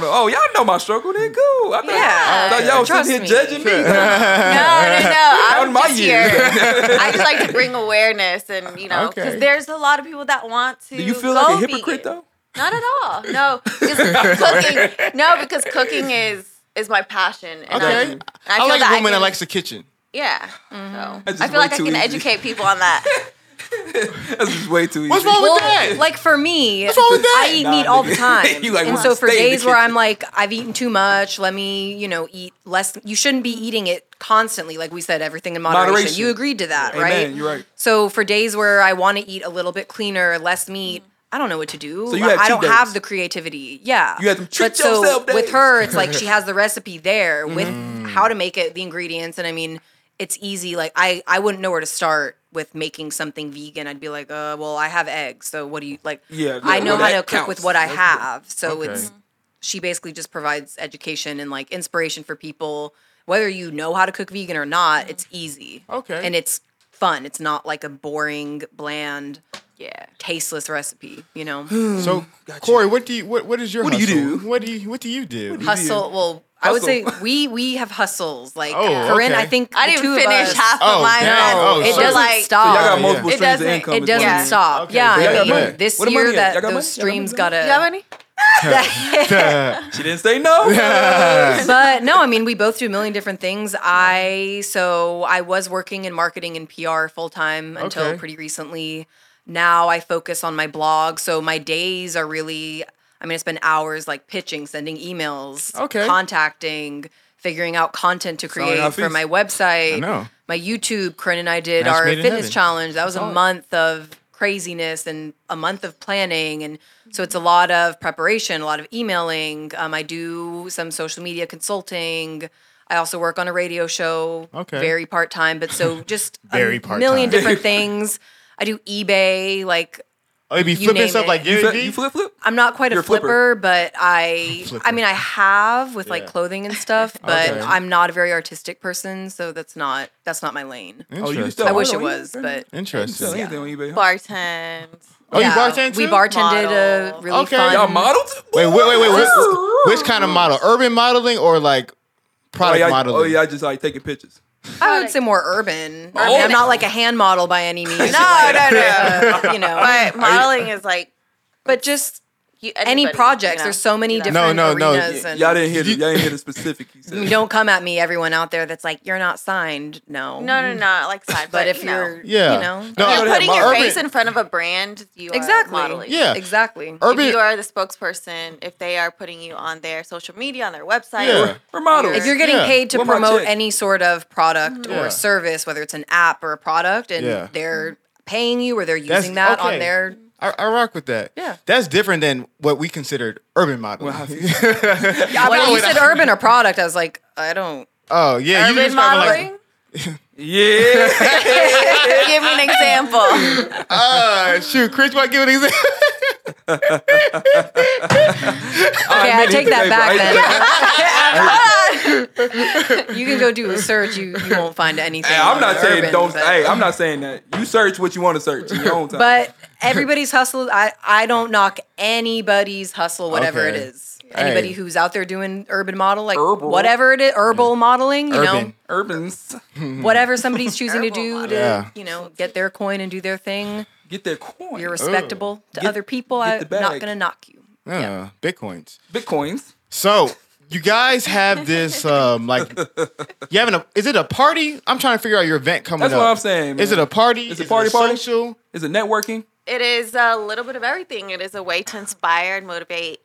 don't know. Oh, y'all know my struggle. Then cool. I thought,
Yeah.
I thought y'all was
Trust
sitting here
me.
judging me.
No, no, no. I'm
my
just
year.
here. I just like to bring awareness, and you know, because
Okay.
there's a lot of people that want to.
Do you feel
go
like a hypocrite
vegan.
though?
Not at all. No, because cooking. No, because cooking is is my passion. And I,
Okay.
and I,
I,
feel
like
that
a woman
I
that
can,
likes the kitchen.
Yeah.
Mm.
That's
So I
just
feel like
way
I
too
can
easy.
educate people on that.
That's just way too easy.
What's wrong with
Well,
that?
like for me,
wrong with that?
I eat
Nah,
meat all the
nigga.
time.
You like
and
wanna
so for
stay in the
days where
kitchen.
I'm like, I've eaten too much, let me, you know, eat less. You shouldn't be eating it constantly. Like we said, everything in moderation.
Moderation.
You agreed to that,
Amen,
right?
you're right.
So for days where I want to eat a little bit cleaner, less meat, I don't know what to do.
So you had
I
cheat
don't
days.
have the creativity. Yeah.
You had them treat
but so
yourself days. Mm-hmm.
with her, it's like she has the recipe there with how to make it, the ingredients, and I mean, it's easy. Like I, I wouldn't know where to start with making something vegan. I'd be like, uh, well, I have eggs, so what do you like?
Yeah, yeah,
I know
well,
how
that
to cook
counts.
with what I
That's good.
have, so
Okay.
it's she basically just provides education and like inspiration for people. Whether you know how to cook vegan or not, it's
Mm-hmm.
easy.
Okay.
and it's fun. It's not like a boring, bland,
Yeah.
tasteless recipe. You know.
so, Corey, what do you what what is your
What do you
hustle?
do?
What do you what do you do?
hustle. Well, I would say
Hustle.
we we have hustles. Like
Oh,
Corinne,
okay.
I think
I
the
didn't
two of
finish
us-
half
Oh,
of mine.
damn.
but
Oh,
It
so-
doesn't
like,
So
stop.
y'all got multiple
Oh, It
streams of
doesn't-
income.
it
is what I'm
doesn't
saying.
stop.
Okay,
Yeah,
so y'all
I
got
mean,
money.
this
Where the
year
money at? Y'all
that
got money?
those
Y'all got money
streams
now?
gotta.
Do you have any?
Oh,
She didn't say no.
but no, I mean, we both do a million different things. I so I was working in marketing and PR full time until
Okay.
pretty recently. Now I focus on my blog, so my days are really. I mean, I spend hours like pitching, sending emails,
Okay.
contacting, figuring out content to
like
create
our
for
feast.
my website.
I know.
My YouTube, Corinne and I did
Match
our
made in
fitness
heaven.
challenge. That was
Oh.
a month of craziness and a month of planning. And so it's a lot of preparation, a lot of emailing. Um, I do some social media consulting. I also work on a radio show,
Okay.
very part time, but so just
Very
a million
part-time.
different things. I do eBay. Like
Oh, you be
You
flipping
name
stuff
it.
like
You
Gary
flip-
Vee?
you flip flip.
I'm not quite
You're a
a flipper,
flipper.
but I I mean I have with like
Yeah.
clothing and stuff, but
Okay.
I'm not a very artistic person, so that's not that's not my lane.
Oh, you
Interesting.
can sell.
I wish it
hold on,
was,
you-
but
Sell
Interesting.
anything on eBay. huh?
Bartend.
Oh, you
Yeah,
bartend
We
too?
bartended
Model.
a really
Okay.
fun.
Y'all modeled?
Wait, wait, wait, wait. wh- Which kind of model? Urban modeling or like
Oh,
product
y'all,
modeling?
oh, y'all just like taking pictures.
I would say more urban.
Oh.
I mean, I'm not like a hand model by any means.
No, no, no.
uh, you know,
But modeling is like
but just
you-
any
anybody,
projects.
you know,
There's so many
do that.
different
No, no, no.
arenas. And
Y'all didn't hear the, y'all didn't hear the specific. He said.
don't come at me, everyone out there that's like, you're not signed. No.
No, no, no. Like side,
But if
you know.
you're,
Yeah.
you know,
No,
you're
yeah,
putting
my
your
urban-
face in front of a brand, you
exactly.
are modeling.
Yeah.
Exactly.
Urban-
If you are the spokesperson, if they are putting you on their social media, on their website,
Yeah.
We're models.
If you're getting
Yeah.
paid to
One more
promote
check.
any sort of product
Mm-hmm. Yeah.
or service, whether it's an app or a product, and
Yeah.
they're paying you or they're
That's-
using that
okay.
on their
I, I rock with that.
Yeah.
That's different than what we considered urban modeling.
Yeah,
I
when
know
you
it-
said urban or product, I was like, I don't.
oh, yeah. you
urban
just kinda like-
modeling.
yeah.
Give me an example.
Uh, shoot, Chris, why give an example?
Okay, I
admit it.
take that
Hey,
back
I-
then. you can go do a search. You, you won't find anything.
Hey, I'm
on
not saying
urban,
don't.
but-
Hey, I'm not saying that. You search what you want to search in your own time.
But everybody's hustle. I I don't knock anybody's hustle, whatever
Okay.
it is. Anybody
Hey.
who's out there doing urban model, like
Herbal.
whatever it is, herbal modeling, you
Mm-hmm. Urban.
Urbans
Mm-hmm.
know, whatever somebody's choosing to
Herbal
do to,
model.
Yeah.
you know, get their coin and do their thing.
get their Uh, coin.
You're respectable to
Get-
other people.
get
I'm
the
not
bag.
gonna knock you.
Uh, Bitcoins.
Bitcoins.
So you guys have this um like you having a is it a party? I'm trying to figure out your event coming
That's
up.
what I'm saying,
Is it
man.
a party?
Is it party party?
Social?
Is it networking?
It is a little bit of everything. It is a way to inspire and motivate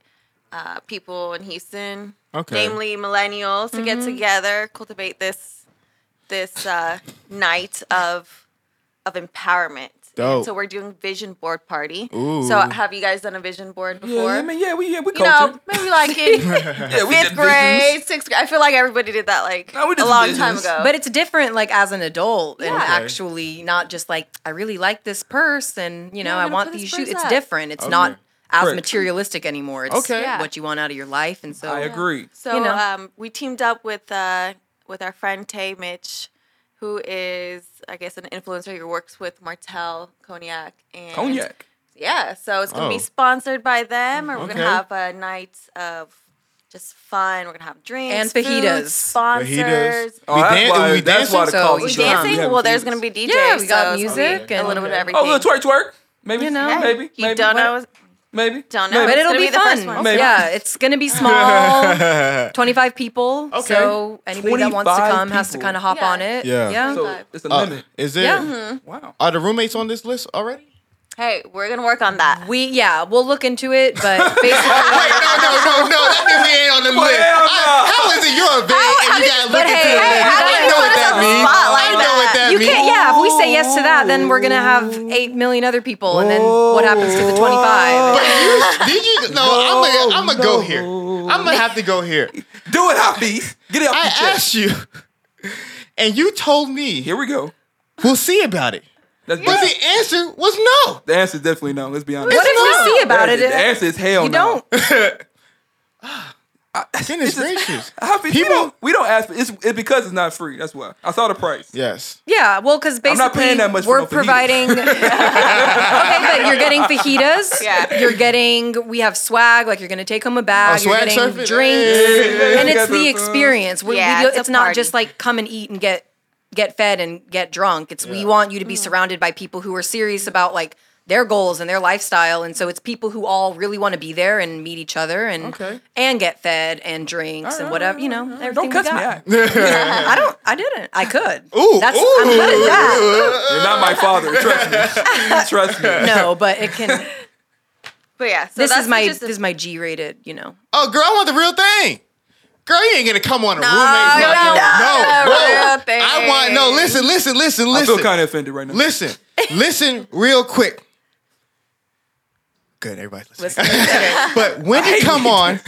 uh, people in Houston,
Okay.
namely millennials, to
Mm-hmm.
get together, cultivate this this uh, night of of empowerment.
Dope.
So we're doing vision board party.
Ooh.
So have you guys done a vision board
Yeah,
before?
I mean, yeah, we yeah we
you know,
cultured.
maybe like in
yeah, we
fifth
did
grade,
business.
sixth grade. I feel like everybody did that like
No, we did
a long
visions.
time ago.
But it's different, like as an adult, and
Yeah. Okay.
actually not just like I really like this purse, and you know
Yeah, I'm
I
gonna
want
put
these
this
shoes.
purse
It's
up.
different. It's
Okay.
not as
Correct.
materialistic anymore. It's
Okay.
Yeah.
what you want out of your life, and so
I agree.
So
You know.
um, we teamed up with uh, with our friend Tay Mitch, who is I guess an influencer who works with Martel Cognac and
Cognac.
Yeah, so it's gonna
Oh.
be sponsored by them, and we're
Okay.
gonna have a night of just fun. We're gonna have drinks
And
food,
fajitas.
sponsors.
Fajitas.
Oh,
we
that's
dan-
why.
we
that's why the
dancing?
So
culture.
we
We
Sure.
dancing? well, there's gonna be DJs.
Yeah, we got
so it's gonna be
music
a little
and-
bit of everything.
Oh, a little twerk twerk. Maybe
You know.
maybe
you
maybe
don't know.
maybe
don't
But
know.
Maybe.
It's
it'll
gonna
be,
be the
fun.
first one.
Maybe.
Yeah, it's gonna be small. Twenty-five people.
Okay.
So anybody that wants to
25
come has to
people.
kind of hop
Yeah.
on it.
Yeah.
Yeah.
So it's a
Uh,
limit.
is it
Yeah.
mm-hmm.
Wow.
are the roommates on this list already?
Hey, we're gonna work on that.
we yeah we'll look into it, but basically.
No, no, no, no. That nigga ain't on the list.
Hell no.
How is it your event and you gotta
but
look into
hey,
the
hey,
list?
how
I
can you
know
put
what
us
that
on
the
means.
spot like
I know what that
You
means.
can't. Yeah, if we say yes to that, then we're gonna have eight million other people, and then what happens to the
But
twenty-five?
you, did you? No, I'm gonna I'm gonna go here. I'm gonna have to go here.
Do it, Hafiz. Get it off
I
your chest.
asked you, and you told me
Here we go.
we'll see about it.
That's
But
basic.
the answer was no.
The answer is definitely no. Let's be honest.
What if we see about
The
it?
answer is hell Oh,
You
no.
don't.
Goodness gracious.
Hafiz, we
People-
don't, we don't ask. It's it, because it's not free. That's why. I saw the price.
Yes.
Yeah, well, because basically
not paying that much for
we're
no fajitas.
providing. okay, but you're getting fajitas.
Yeah.
You're getting. We have swag. Like you're gonna take home a bag.
Oh,
you're
swag
getting
surfing.
drinks,
Hey,
and
you
it's
got
the
this, uh,
experience. We,
Yeah,
we do,
it's
it's,
a
not
party.
just like come and eat and get get fed and get drunk. It's we want you to be surrounded by people who are serious about like their goals and their lifestyle, and so it's people who all really want to be there and meet each other and
Okay.
and get fed and drinks and whatever you know. everything
Don't
we
cuss me
got.
out.
I don't. I didn't. I could.
Ooh.
That's.
ooh.
I'm good at that.
You're not my father. Trust me. Trust me.
no, but it can.
But yeah, so
this
that's
is my
just
this is my G-rated. You know,
Oh, girl, I want the real thing. Girl, you ain't gonna come on a roommate's
no,
night.
no,
no,
real
bro.
thing.
I want no. Listen, listen, listen,
I
listen.
feel kind of offended right now.
Listen, listen, real quick. Good, everybody's listening.
listen, okay.
But when you come on,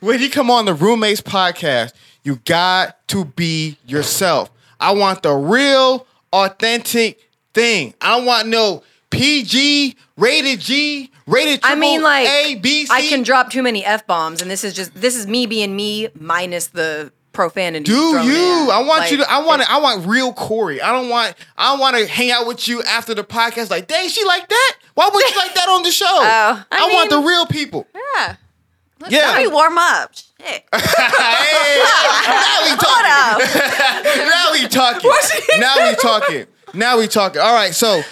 when you come on the roommates podcast, you got to be yourself. I want the real, authentic thing. I don't want no PG, rated G, rated.
I mean,
triple
like
A, B, C.
I can drop too many f bombs, and this is just this is me being me minus the profanity.
Do
thrown
you?
in.
I want you
Like,
to. I want. I want real Corey. I don't want. I don't want to hang out with you after the podcast. Like, dang, she like that. Why would she like that on the show?
I
want the
mean-
real people.
yeah.
yeah.
Let me warm up. Shit.
Hey, now we talking. now we talking. Now we talking. Now we talking. All right, so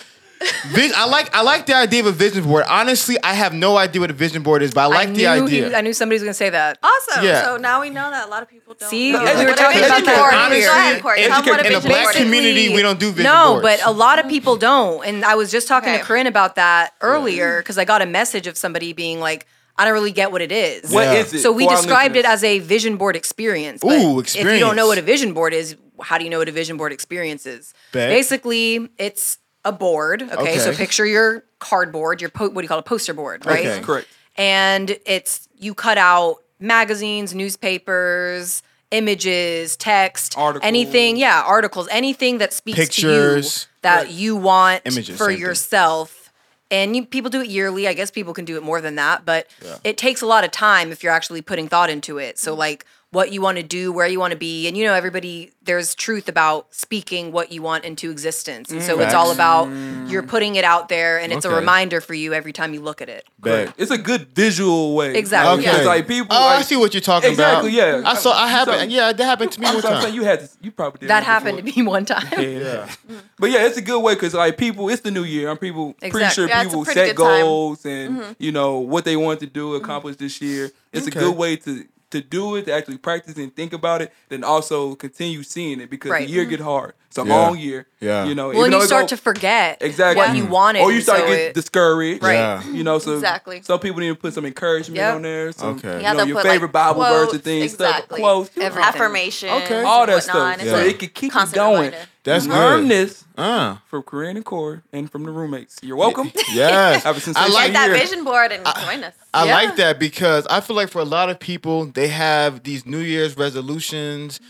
Vis- I like I like the idea of a vision board. Honestly, I have no idea what a vision board is, but I like
I
the
knew he-
idea.
I knew somebody was going to say that.
Awesome.
Yeah.
So now we know that a lot of people don't.
See,
know.
we
were
What a
talking
vision
about that
board
earlier.
is. Go ahead, Corey.
Honestly,
Tell them what a
in the
vision
black
board is.
community, we don't do vision
no,
boards.
but a lot of people don't. And I was just talking
Okay.
to Corinne about that earlier because I got a message of somebody being like, "I don't really get what it is."
What
Yeah.
is it?
So we
for our
described it
listeners?
as a vision board experience. but
Ooh,
If you don't
experience.
know what a vision board is, how do you know what a vision board experience is?
Bet.
Basically, it's a board. Okay, so
Okay.
picture your cardboard, your po- what do you call it, poster board, right?
Okay.
correct.
and it's you cut out magazines, newspapers, images, text,
Articles.
anything, yeah, articles, anything that speaks
Pictures.
to you that you want
Images,
for
same thing.
yourself. And you, people do it yearly. I guess people can do it more than that, but it takes a lot of time if you're actually putting thought into it.
Mm.
So like what you want to do, where you want to be, and you know everybody there's truth about speaking what you want into existence. And so it's all
Facts. Mm.
about you're putting it out there and it's a
Okay.
reminder for you every time you look at it.
Bet.
It's a good visual way.
Exactly.
Because,
Okay.
like people.
Oh, I
like-
see what you're talking
Exactly,
about.
yeah.
I saw. I
So-
happened. Yeah, that happened to me
I'm
one
saying
time.
you had to, you probably did
That happened to me one time.
me. Mm-hmm. But yeah, it's a good way because like people, it's the new year. I'm people pretty
Exactly.
sure
Yeah, it's a
people
pretty
set
good time.
goals and you know what they want to do, accomplish this year. It's
Okay.
a good way to to do it, to actually practice and think about it, then also continue seeing it because
Right.
the year get hard. It's a
Yeah.
long year.
Yeah.
You know,
Well,
even
and
though
you
it
start
go-
to forget
exactly
what you wanted.
or you start
so
to get
it-
discouraged.
Right.
Yeah.
You know, so
Exactly.
some people need to put some encouragement
Yep.
on there. Some,
Okay.
You
Yeah,
know,
they'll
your
put, like,
favorite Bible verses and
quotes,
things,
exactly.
stuff, quotes,
Everything.
affirmations,
Okay.
all that
whatnot,
stuff.
it's
So
like
it can keep you
constant
going.
reminder.
That's
Learn
good.
this
Uh,
from Corinne and Corey and from the roommates. You're welcome.
yes.
Have a sensational
I like
Take that
year.
vision board and join us.
I
Yeah.
like that because I feel like for a lot of people, they have these New Year's resolutions.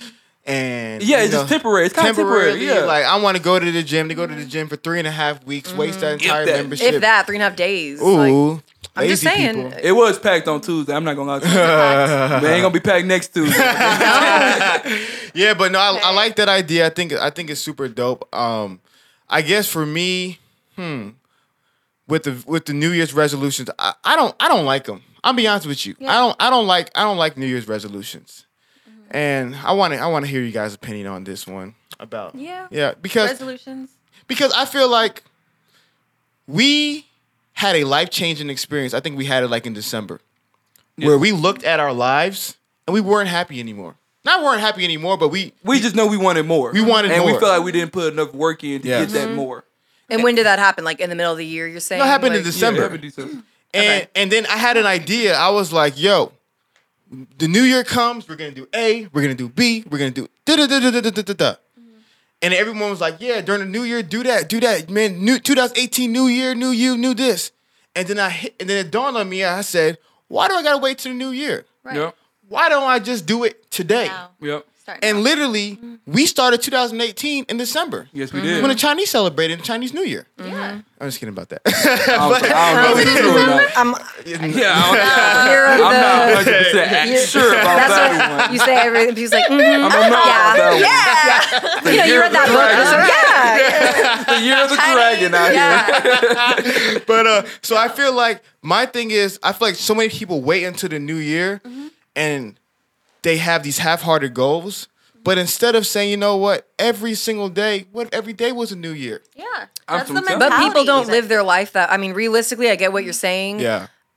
And
Yeah,
you
it's just
know,
temporary. It's kind of
temporarily,
temporary. Yeah.
like I want to go to the gym. They go to the gym for three and a half weeks, waste that entire
Mm-hmm. that.
membership.
if that three and a half days. like-
Ooh,
I'm just
lazy
saying.
people.
it was packed on Tuesday. I'm not gonna lie. To you. they ain't gonna be packed next Tuesday.
Yeah, but no, I, I like that idea. I think I think it's super dope. Um, I guess for me, hmm, with the with the New Year's resolutions, I, I don't I don't like them. I'll be honest with you. I don't I don't like I don't like New Year's resolutions. And I want to I want to hear you guys' opinion on this one about
Yeah.
yeah because
Resolutions.
because I feel like we had a life changing experience. I think we had it like in December, where we looked at our lives and we weren't happy anymore. Not weren't happy anymore, but we
we just know we wanted more.
We wanted
and
more.
we felt like we didn't put enough work in to
Yes. Mm-hmm.
get that more.
and when did that happen? Like in the middle of the year, you're saying?
No, it happened in
like,
December. Remember.
Yeah, every December.
and
Okay.
and then I had an idea. I was like, yo, the new year comes, we're gonna do A, we're gonna do B, we're gonna do da da da da da da da da da. And everyone was like, yeah, during the new year, do that, do that, man. New 2018, new year, new you, new this. And then I hit, and then it dawned on me. I said, why do I gotta wait till the new year?
Right.
Yep.
Why don't I just do it today?
Now.
Yep.
Start
And
now.
literally, we started 2018 in December.
Yes, we
When the
did.
Chinese celebrated the Chinese New Year.
yeah.
I'm just kidding about that.
I don't, think- I don't know if it's true or not.
I'm
Yeah, I
Year of
don't, I'm
the-
not 100 percent sure about
That's
that
what
one.
you say. Everything. People's like, mhm,
I don't know about
yeah.
that one.
Yeah. You know, you read that book. I was like, yeah.
the year of the dragon out here.
but uh, so I feel like my thing is I feel like so many people wait until the new year
Mm-hmm.
and they have these half-hearted goals. But instead of saying, you know what, every single day, what if every day was a new year?
Yeah.
I'm
That's the
from Texas.
mentality.
But people don't
Exactly.
live their life that. I mean, realistically, I get what you're saying.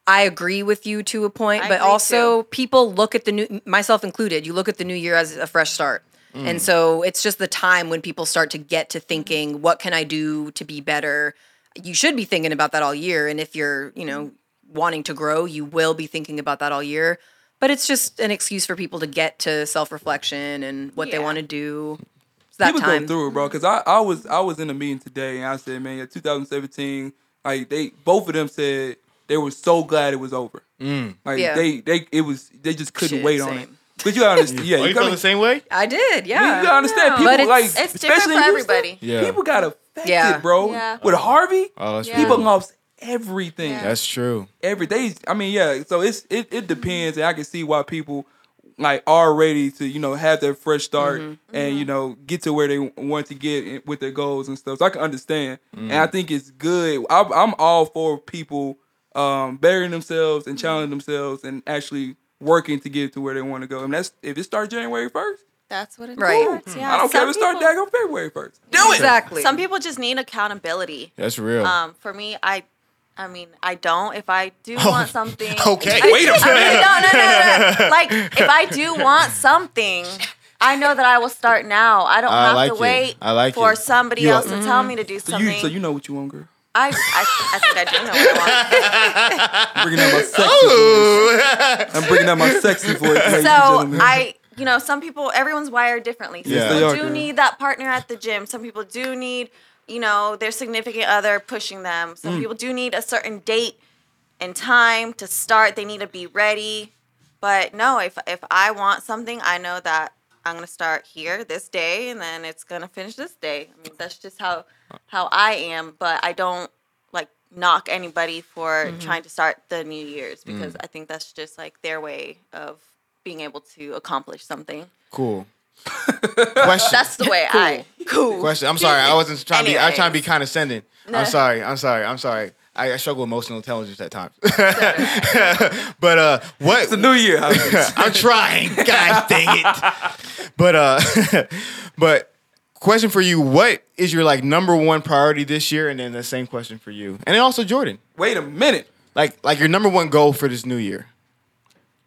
I agree with you to a point,
I
but
agree
also people look at the new, myself included, you look at the new year as a fresh start.
Mm.
And so it's just the time when people start to get to thinking, what can I do to be better? You should be thinking about that all year. And if you're, you know, wanting to grow, you will be thinking about that all year. But it's just an excuse for people to get to self reflection and what they
Yeah.
want to do. It's that
People
time.
go through it, bro. Because I, I was I was in a meeting today and I said, man, yeah, 2017, like they both of them said they were so glad it was over.
Mm.
Like
Yeah.
they they it was they just couldn't
Shit,
wait on
same.
it. But you gotta understand, yeah,
Are Oh, you
you,
feeling
gotta,
the same way?
I did,
you
yeah.
gotta understand.
Yeah.
People
But it's-
like
it's different
especially in
for
Houston,
everybody.
Yeah.
People got affected,
Yeah.
bro.
Yeah.
With Harvey,
Oh, that's
Yeah.
people
true.
lost everything.
Yeah. That's
true.
every day. I mean, yeah. So it's it, it depends, and I can see why people like are ready to you know have that fresh start
Mm-hmm.
and you know get to where they want to get in- with their goals and stuff. So I can understand, and I think it's good. I'm, I'm all for people um, burying themselves
Mm-hmm.
and challenging themselves and actually working to get to where they want to go. And that's if it starts January first.
That's what it
Right.
starts, Yeah.
Hmm. I don't
Some
care to start
people-
that on February first. Do it.
Exactly.
Some people just need accountability.
That's real.
Um, for me, I, I mean, I don't. If I do
Oh.
want something,
okay.
I,
Wait a
I really
minute.
don't. No, no, no, no. Like, if I do want something, I know that I will start now. I don't
I
have
like
to
it.
wait
I like
for
it.
somebody
You are-
else to tell me to do
So
something.
you, so you know what you want, girl.
I, I, I think I do know what I want.
Bringing out my sexy voice. I'm bringing out my sexy voice, ladies and
Oh. so
gentlemen.
I, you know, some people, everyone's wired differently. Some
Yes, they
people
are,
do
girl.
need that partner at the gym. Some people do need, you know, their significant other pushing them. Some people do need a certain date and time to start. They need to be ready. But no, if if I want something, I know that I'm gonna start here this day, and then it's gonna finish this day. I mean, that's just how how I am. But I don't like knock anybody for trying to start the new year's because I think that's just like their way of being able to accomplish something.
Cool. Question.
That's the way I cool.
Question. I'm sorry. I wasn't trying to. be I was trying to be
Anyways.
condescending.
No.
I'm sorry. I'm sorry. I'm sorry. I, I struggle with emotional intelligence at times. but uh, what?
it's a new year. Javi.
I'm trying. God dang it. But uh, but question for you: What is your like number one priority this year? And then the same question for you, and then also Jordan.
Wait a minute.
Like like your number one goal for this new year.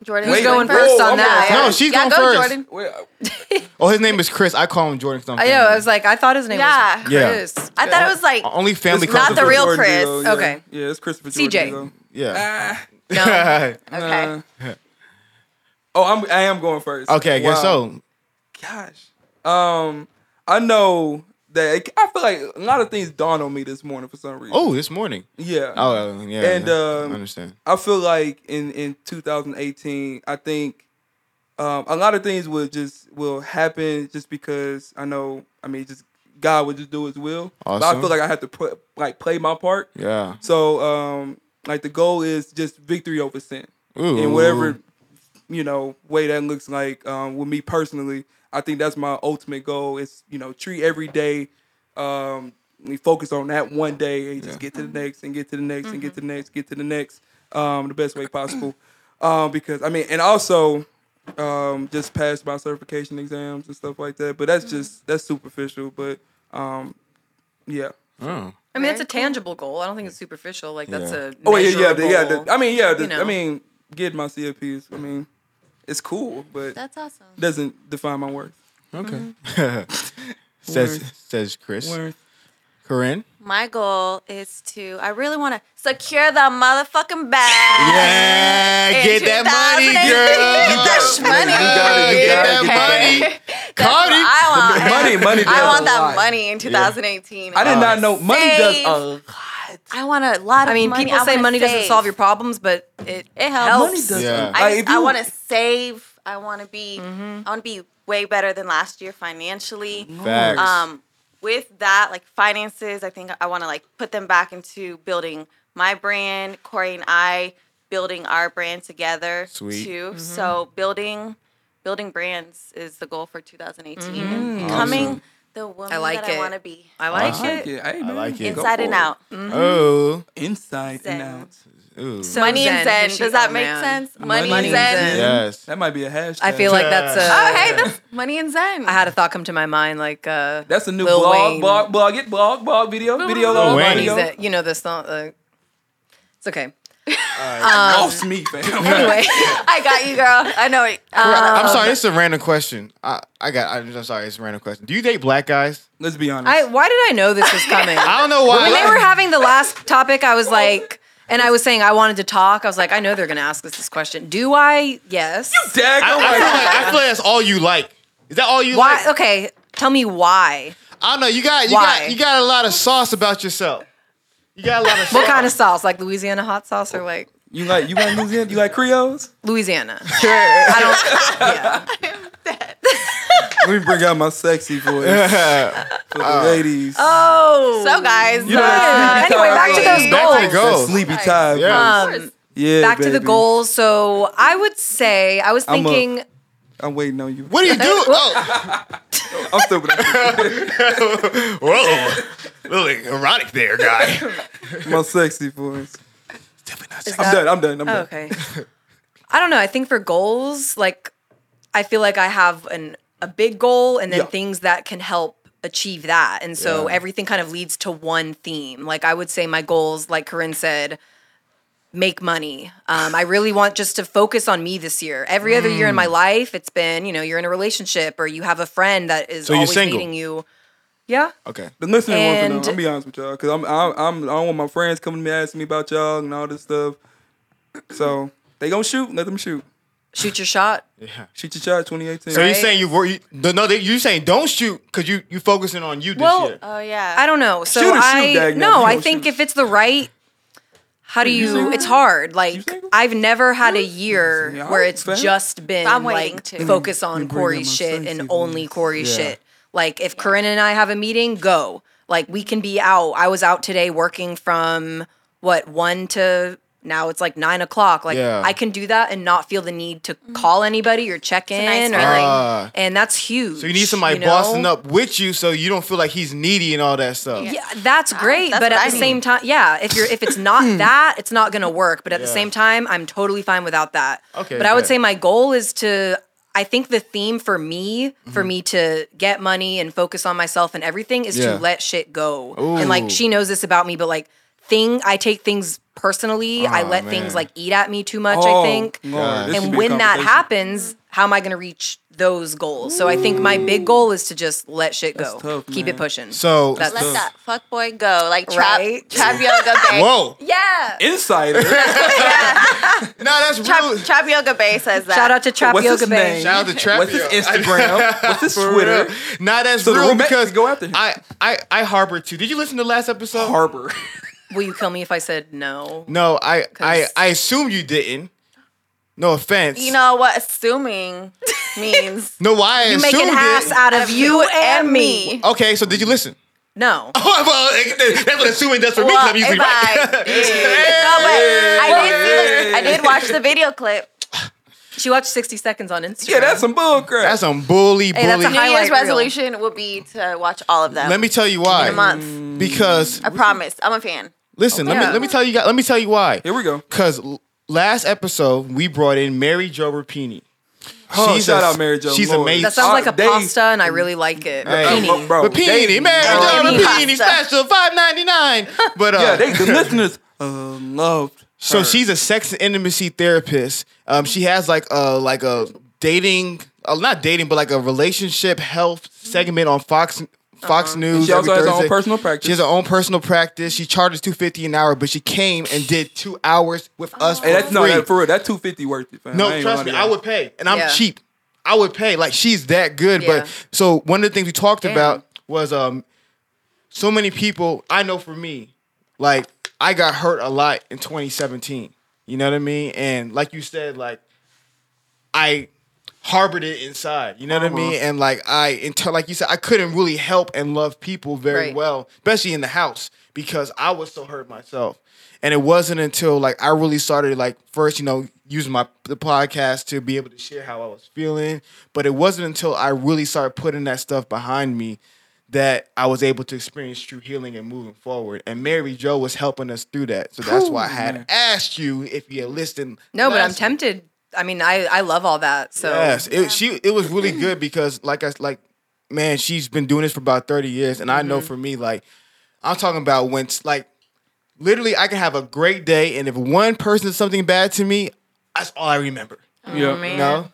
Jordan,
Who's
Wait,
going
whoa,
first
I'm
on that?
going
No, she's
yeah,
going
go,
first.
Jordan.
Wait, uh,
Oh, his name is Chris. I call him Jordan. 'cause I'm
I know. I was like, I thought his name
Yeah.
was
Yeah.
Chris.
I thought it was
Uh,
like
only family.
it's
calls
not
him
the
Christopher
real
Jordan
Chris.
Duo, yeah.
Okay.
Yeah, it's Christopher
CJ.
Jordan Duo.
Yeah.
Ah,
okay.
uh, oh, I'm, I am going first.
okay. I
Wow.
guess so.
gosh. Um, I know that it, I feel like a lot of things dawned on me this morning for some reason.
Oh, this morning.
yeah.
Oh, yeah.
And,
yeah,
um,
I understand.
I feel like in in 2018, I think um, a lot of things will just will happen just because I know. I mean, just God will just do His will. But I
Awesome.
feel like I have to put like play my part.
Yeah.
So um, like the goal is just victory over sin
Ooh.
in whatever you know way that looks like um, with me personally i think that's my ultimate goal is you know treat every day um, we focus on that one day and just get to the next and get to the next and get to the next get to the next um, the best way possible um, because i mean and also um, just passed my certification exams and stuff like that but that's just that's superficial but um, yeah
Oh.
I mean, it's a tangible goal. I don't think it's superficial. Like that's
Yeah.
a
Oh yeah, yeah, the, yeah.
measurable-
The, I mean, yeah. The,
you know.
I mean, getting my CFPs. I mean, it's cool, but
That's awesome.
doesn't define my worth.
Okay. says says Chris. Corinne.
My goal is to, I really want to secure the motherfucking bag.
Yeah,
In
get that money,
2018.
girl.
That's money.
You got it. You
Get
got it.
that money.
That's what
Cardi.
I want.
Money, money.
I
does a
want
lot.
that money in 2018.
I did not know money does
Save.
a lot.
I want a lot of
I mean,
money.
people say
wanna
money doesn't
save.
solve your problems, but it
It helps.
Money does.
Yeah.
A,
I,
like,
just-
if
I
you- Mm-hmm.
want to save. I want to be. I want to be way better than last year financially.
Facts.
Um, with that, like finances, I think I want to like put them back into building my brand. Corey and I building our brand together
Sweet.
too.
Mm-hmm.
So building, building brands is the goal for 2018. And becoming
Awesome.
the woman
Mm-hmm. I like
that I
it.
want to be
I like
I like
it.
it. Hey, man,
like it.
go
inside and
for it.
out.
Mm-hmm.
Oh.
Inside
Zen.
and out.
Ooh.
So
Money and
zen.
Zen.
She-
Does that
oh,
make
man.
sense? Money,
Money
and Zen.
and
Yes.
That might be a hashtag.
I feel like that's a.
Oh, hey, that's money and Zen.
I had a thought come to my mind. Like uh,
that's a new
Lil
blog,
Wayne.
blog, blog, it, blog, blog, video, video,
Lil
log,
Wayne.
He's
video.
a- you know this song. Uh, it's okay.
Lost me, fam.
Anyway,
I got you, girl. I know it.
Bro,
Uh,
I'm sorry. It's a random question. I, I got. I'm, I'm sorry. It's a random question. Do you date black guys?
Let's be honest.
I why did I know this was coming?
I don't know why.
when they were having the last topic, I was like, and I was saying I wanted to talk. I was like, I know they're going to ask us this question. Do I? Yes.
Dag,
I,
oh
I
my
feel
God.
like, I feel like that's all you like. Is that all you
Why?
like?
Okay. Tell me why.
I don't know. You got. You
Why?
got. You got a lot of sauce about yourself. You got a lot of.
What
sauce.
kind of sauce? Like Louisiana hot sauce or like
You like you like Louisiana? You like Creoles?
Louisiana? I don't. Yeah.
Let me bring out my sexy voice for the
Uh,
ladies.
Oh.
so, guys.
know that
anyway, back to those
Back to the
goals.
That
goals.
sleepy time.
Yeah.
voice.
Um,
yeah.
back to the
baby.
goals. So I would say I was
I'm a-
thinking.
I'm waiting on you.
What do you do? Oh,
I'm stupid. I'm stupid.
whoa, really erotic there, guy.
my sexy voice.
Definitely not
is
I'm
that-
done. I'm done. I'm
Oh,
done.
okay. I don't know. I think for goals, like I feel like I have an a big goal and then
Yeah.
things that can help achieve that. And so
Yeah.
everything kind of leads to one theme. Like I would say my goals, like Corinne said, make money. Um, I really want just to focus on me this year. Every other year in
Mm.
my life, it's been, you know, you're in a relationship or you have a friend that is
So you're
always
single?
needing you. Yeah.
Okay.
The listener wants
And-
to know. I'll be honest with y'all, cause I'm I'm, I'm I don't want my friends coming to me asking me about y'all and all this stuff. So they gonna shoot. Let them shoot.
Shoot your shot.
Shoot your shot. 2018.
So you're
Right?
saying you were you, no, they- you're saying don't shoot because you you focusing on you this
Well,
year.
Oh yeah.
I don't know. So
Shoot or shoot,
I
Dag, no,
no,
you
I
don't
think
shoot.
if it's the right how do
You
you,
single?
it's hard. Like
single?
I've never had a year
Yeah,
where it's
fair.
just been
I'm waiting
like
to.
focus
You
on
bring up
Corey's
my
shit and
sensitive
only
ones.
Corey's
Yeah.
shit. Like if Corinne and I have a meeting, go. Like we can be out. I was out today working from what one to now it's like nine o'clock. Like
Yeah.
I can do that and not feel the need to call anybody or check in
Mm-hmm. nice
or
feeling.
like,
Ah.
and that's huge.
so you need somebody
know?
bossing up with you so you don't feel like he's needy and all that stuff.
Yeah, that's great,
that's
but
what
at
I
the
mean.
same time, yeah, if you're if it's not that, it's not going to work, but at the
Yeah.
same time, I'm totally fine without that.
Okay,
But I would
bet.
say my goal is to I think the theme for me, for me to get money and focus on myself and everything is
Yeah.
to let shit go. And
Ooh.
like she knows this about me, but like thing I take things personally. I
Aw,
let
man.
things like eat at me too much,
Oh,
I think.
Lord,
God.
this
This
should
And
be a
when that
conversation.
happens, how am I going to reach those goals? So I think my big goal is to just let shit go.
tough,
Keep
man.
it pushing.
So
That's-
Let that fuck boy go. Like trap
Right?
trap yoga bay.
whoa,
yeah.
insider.
no, that's
Trap,
rude.
trap yoga bay says that.
Shout out to Trap
What's
Yoga
his
Bay.
name?
Shout out to Trap
What's his
Yo.
Instagram? What's his Twitter?
Nah, that's
So the
rude
roommates
because
go after him.
I I I harbor too. Did you listen to the last episode?
Harbor.
Will you kill me if I said no?
no, I I
'Cause-
I assume you didn't. No offense.
you know what assuming means
no, why I
You make
assumed
an ass
it.
out of you and me.
okay, so did you listen?
No.
Oh, well, that's what assuming does for me. 'cause
Well,
I'm usually
if
right.
I did. No, but I did see the, I did watch the video clip.
She watched 60 Seconds on Instagram.
Yeah, that's some bull crap.
That's some bully, bully.
Hey, that's a
New
Highlight
Year's
reel.
resolution will be to watch all of them
Let me Mm. tell you
in a
why.
month.
Because
I promise. I'm a fan.
listen, let me
Mm. Yeah.
let me tell you guys. Let me tell you why.
Here we go.
Because last episode we brought in Mary Jo Rapini.
Oh,
She's
shout
a-
out Mary Jo.
she's
Lord.
amazing.
that sounds
Uh,
like a
they-
pasta, and I really like it. Rapini.
Bro, they-
Rapini, Mary Jo
Rapini.
Rapini
Pasta.
special five ninety nine. But uh,
Yeah, they, the listeners uh, loved.
So
her.
she's a sex and intimacy therapist. Um, she has like a like a dating, uh, not dating, but like a relationship health segment on Fox Fox News.
She also
every
has her own
Thursday.
personal practice.
She has her own personal practice. She charges two fifty an hour, but she came and did two hours with us for
Hey, that's no,
free.
that, for real. That two fifty worth it. Fam.
No,
ain't
trust
gonna
me,
lie
I
to
would pay, and I'm
Yeah.
cheap. I would pay. Like she's that good.
Yeah.
But so one of the things we talked
Damn.
about was um, so many people I know for me, like I got hurt a lot in 2017. You know what I mean? And like you said, like I harbored it inside. You know what I mean?
Uh-huh.
And like I until like you said, I couldn't really help and love people very
Right.
well, especially in the house because I was so hurt myself. And it wasn't until like I really started like first, you know, using my the podcast to be able to share how I was feeling, but it wasn't until I really started putting that stuff behind me that I was able to experience true healing and moving forward. And Mary Jo was helping us through that. So that's why I had asked you if you had listened.
No, but I'm
last week.
tempted. I mean, I, I love all that. So
Yes, it, she it was really good because like I s- like man, she's been doing this for about thirty years, and I know for me like I'm talking about when it's like literally I can have a great day, and if one person does something bad to me, that's all I remember.
you. Yeah.
You know,